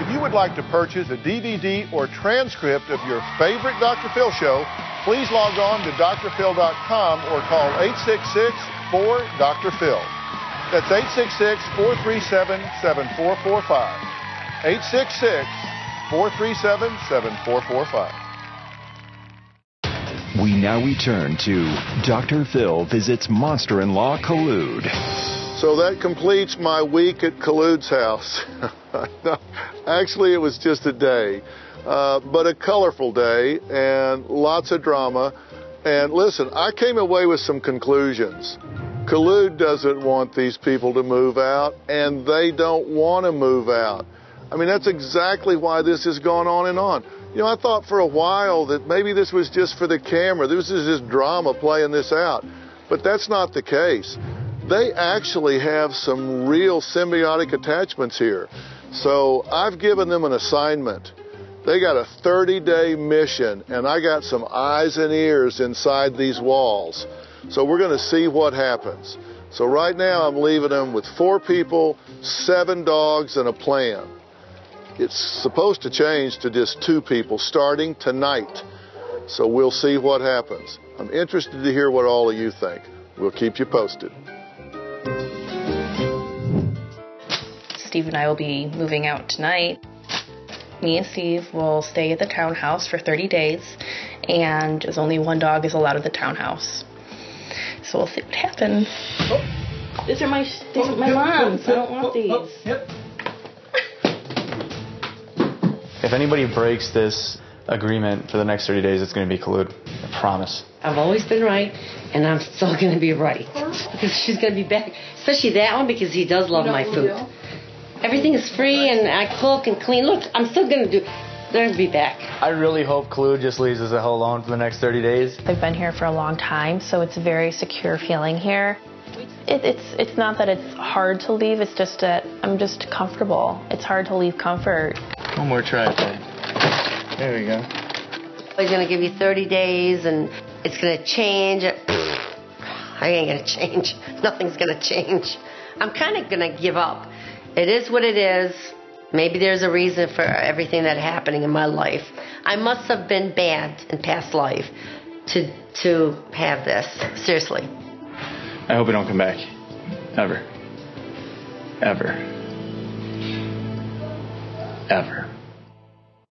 [SPEAKER 2] If you would like to purchase a DVD or transcript of your favorite Dr. Phil show, please log on to drphil.com or call 866-4-DR-PHIL. That's 866-437-7445. 866 437 7445.
[SPEAKER 1] We now return to Dr. Phil visits Monster in Law Collude.
[SPEAKER 2] So that completes my week at Kalud's house. (laughs) No, Actually, it was just a day, uh, but a colorful day and lots of drama. And listen, I came away with some conclusions. Kalud doesn't want these people to move out, and they don't want to move out. I mean, that's exactly why this has gone on and on. You know, I thought for a while that maybe this was just for the camera. This is just drama playing this out. But that's not the case. They actually have some real symbiotic attachments here. So I've given them an assignment. They got a 30 day mission, and I got some eyes and ears inside these walls. So we're going to see what happens. So right now, I'm leaving them with four people, seven dogs, and a plan. It's supposed to change to just two people starting tonight. So we'll see what happens. I'm interested to hear what all of you think. We'll keep you posted.
[SPEAKER 6] Steve and I will be moving out tonight. Me and Steve will stay at the townhouse for 30 days, and there's only one dog is allowed at the townhouse. So we'll see what happens. These are my these are my mom's. I don't want these.
[SPEAKER 7] If anybody breaks this agreement for the next 30 days, it's going to be collude. I promise.
[SPEAKER 5] I've always been right, and I'm still (laughs) going to be right. Because she's going to be back, especially that one, because he does love my food. Everything is free, and I cook and clean. Look, I'm still going to do, they're going to be back.
[SPEAKER 7] I really hope collude just leaves us at home alone for the next 30 days.
[SPEAKER 6] I've been here for a long time, so it's a very secure feeling here. It, it's it's not that it's hard to leave. It's just that I'm just comfortable. It's hard to leave comfort.
[SPEAKER 7] One more try, babe. There we go.
[SPEAKER 8] He's going to give you 30 days and it's going to change. I ain't going to change. (laughs) Nothing's going to change. I'm kind of going to give up. It is what it is. Maybe there's a reason for everything that happening in my life. I must have been bad in past life to to have this. Seriously.
[SPEAKER 7] I hope we don't come back. Ever. Ever. Ever.